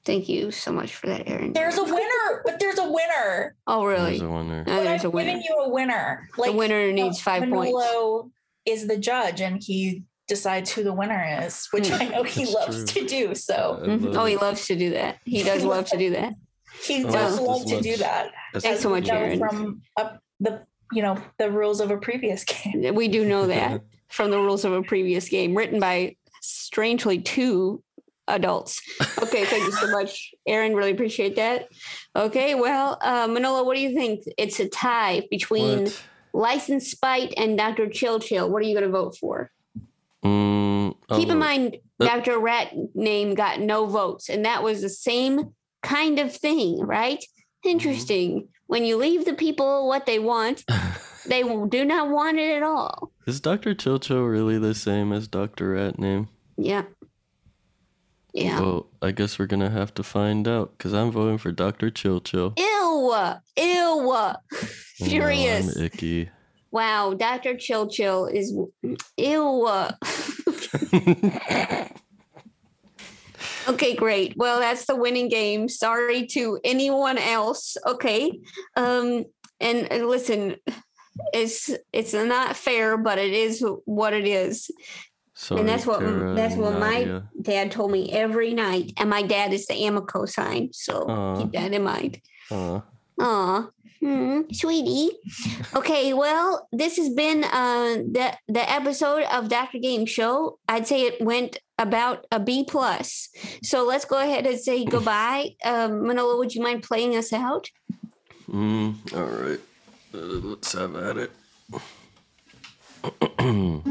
[SPEAKER 2] Thank you so much for that, Aaron.
[SPEAKER 3] There's a winner, but there's a winner.
[SPEAKER 2] Oh, really?
[SPEAKER 1] There's a winner.
[SPEAKER 2] No, there's a
[SPEAKER 3] I'm
[SPEAKER 2] winner.
[SPEAKER 3] giving you a winner. Like
[SPEAKER 2] the winner needs five points.
[SPEAKER 3] Manolo is the judge and he decides who the winner is, which I know he
[SPEAKER 2] That's
[SPEAKER 3] loves
[SPEAKER 2] true.
[SPEAKER 3] to do. So
[SPEAKER 2] Mhm. Hmm. Oh, he loves to do that. He does love to do that.
[SPEAKER 3] <laughs> he
[SPEAKER 2] Oh,
[SPEAKER 3] does
[SPEAKER 2] that's
[SPEAKER 3] love to
[SPEAKER 2] much-
[SPEAKER 3] do that.
[SPEAKER 2] that's Thanks so much,
[SPEAKER 3] we know
[SPEAKER 2] Aaron.
[SPEAKER 3] From uh, the you know the rules of a previous game.
[SPEAKER 2] We do
[SPEAKER 1] <laughs>
[SPEAKER 2] know that from the rules of a previous game written by strangely two adults. Okay, thank you so <laughs> much, Aaron. Really appreciate that. Okay, well, uh, Manolo, what do you think? It's a tie between
[SPEAKER 1] What?
[SPEAKER 2] License Spite and Dr. Chill Chill. What are you going to vote for?
[SPEAKER 1] Mm, I'll
[SPEAKER 2] Keep in
[SPEAKER 1] vote-
[SPEAKER 2] mind,
[SPEAKER 1] Uh,
[SPEAKER 2] Dr. Rat name got no votes, and that was the same kind of thing, right?
[SPEAKER 1] Mm-hmm.
[SPEAKER 2] Interesting. When you leave the people what
[SPEAKER 1] <laughs>
[SPEAKER 2] they want, they do not want it at all.
[SPEAKER 1] Is Dr. Chilcho really the same as Dr. Rat name?
[SPEAKER 2] Yeah. Yeah.
[SPEAKER 1] Well, I guess we're gonna have to find out because I'm voting for Dr. Chilcho.
[SPEAKER 2] Ew. Ew.
[SPEAKER 1] I know, uh, I'm
[SPEAKER 2] Furious. <laughs>
[SPEAKER 1] icky.
[SPEAKER 2] Wow. Dr. Chill Chill is. Ew. okay, great. Well, that's the winning game. Sorry to anyone else. Okay. Um, and uh, listen, it's it's not fair, but it is what it is.
[SPEAKER 1] Sorry,
[SPEAKER 2] and that's what
[SPEAKER 1] Tara
[SPEAKER 2] that's
[SPEAKER 1] and
[SPEAKER 2] what my
[SPEAKER 1] Nadia.
[SPEAKER 2] dad told me every night. And my dad is the Amoco sign, so
[SPEAKER 1] Aw.
[SPEAKER 2] keep that in mind.
[SPEAKER 1] Aw.
[SPEAKER 2] Aw, hmm, sweetie. Okay, well, this has been uh, the the episode of Doctor Game Show. I'd say it went about a B plus. So let's go ahead
[SPEAKER 1] <laughs>
[SPEAKER 2] and say goodbye. Um, Manolo, would you mind playing us out?
[SPEAKER 1] Mm, all right. Uh, let's have at it. <clears throat>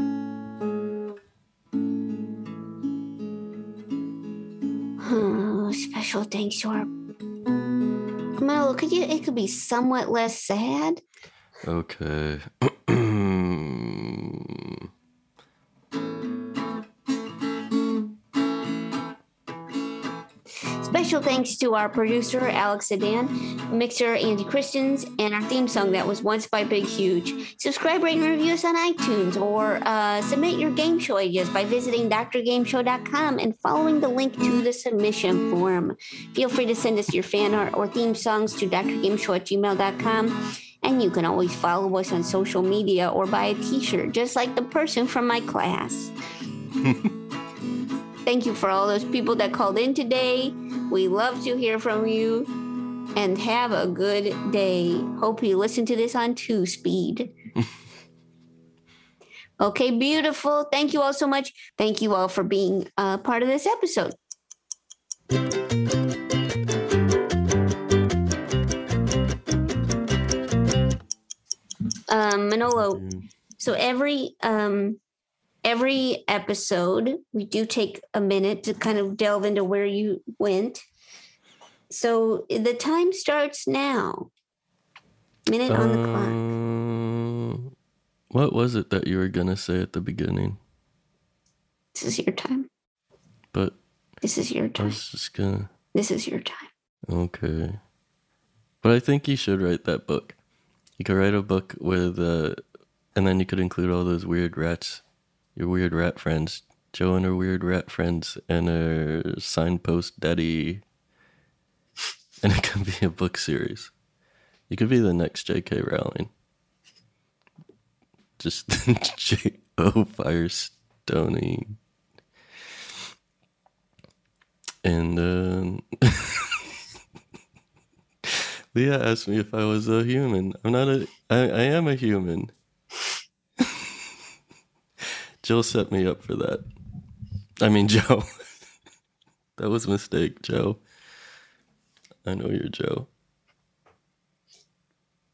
[SPEAKER 2] Oh, special thanks to our Manolo. Could you? It could be somewhat less sad.
[SPEAKER 1] okay. <clears throat>
[SPEAKER 2] Special Special thanks to our producer, Alex Sedan, mixer, Andy Christians, and our theme song that was once by Big Huge. Subscribe, rate, and review us on iTunes or uh, submit your game show ideas by visiting drgameshow.com and following the link to the submission form. Feel free to send us your fan art or theme songs to drgameshow at gmail.com. And you can always follow us on social media or buy a t shirt, just like the person from my class. Thank you for all those people that called in today. We love to hear from you and have a good day. Hope you listen to this on two speed. okay, beautiful. Thank you all so much. Thank you all for being a part of this episode. Um, Manolo, so every um, every episode we do take a minute to kind of delve into where you went so the time starts now minute on
[SPEAKER 1] Uh,
[SPEAKER 2] the clock
[SPEAKER 1] Um, what was it that you were gonna say at the beginning?
[SPEAKER 2] this is your time
[SPEAKER 1] But
[SPEAKER 2] this is your
[SPEAKER 1] I
[SPEAKER 2] time
[SPEAKER 1] was just gonna.
[SPEAKER 2] this is your time
[SPEAKER 1] Okay. But I think you should write that book. You could write a book with, uh, and then you could include all those weird rats, your weird rat friends, Joe and her weird rat friends, and her signpost daddy. And it could be a book series. You could be the next J.K. Rowling. Just <laughs> J.O. Firestoning. And um, <laughs> Leah asked me if I was a human. I'm not a. I, I am a human. <laughs> Jill set me up for that. I mean, <laughs> Joe. that was a mistake, Joe. I know you're Joe.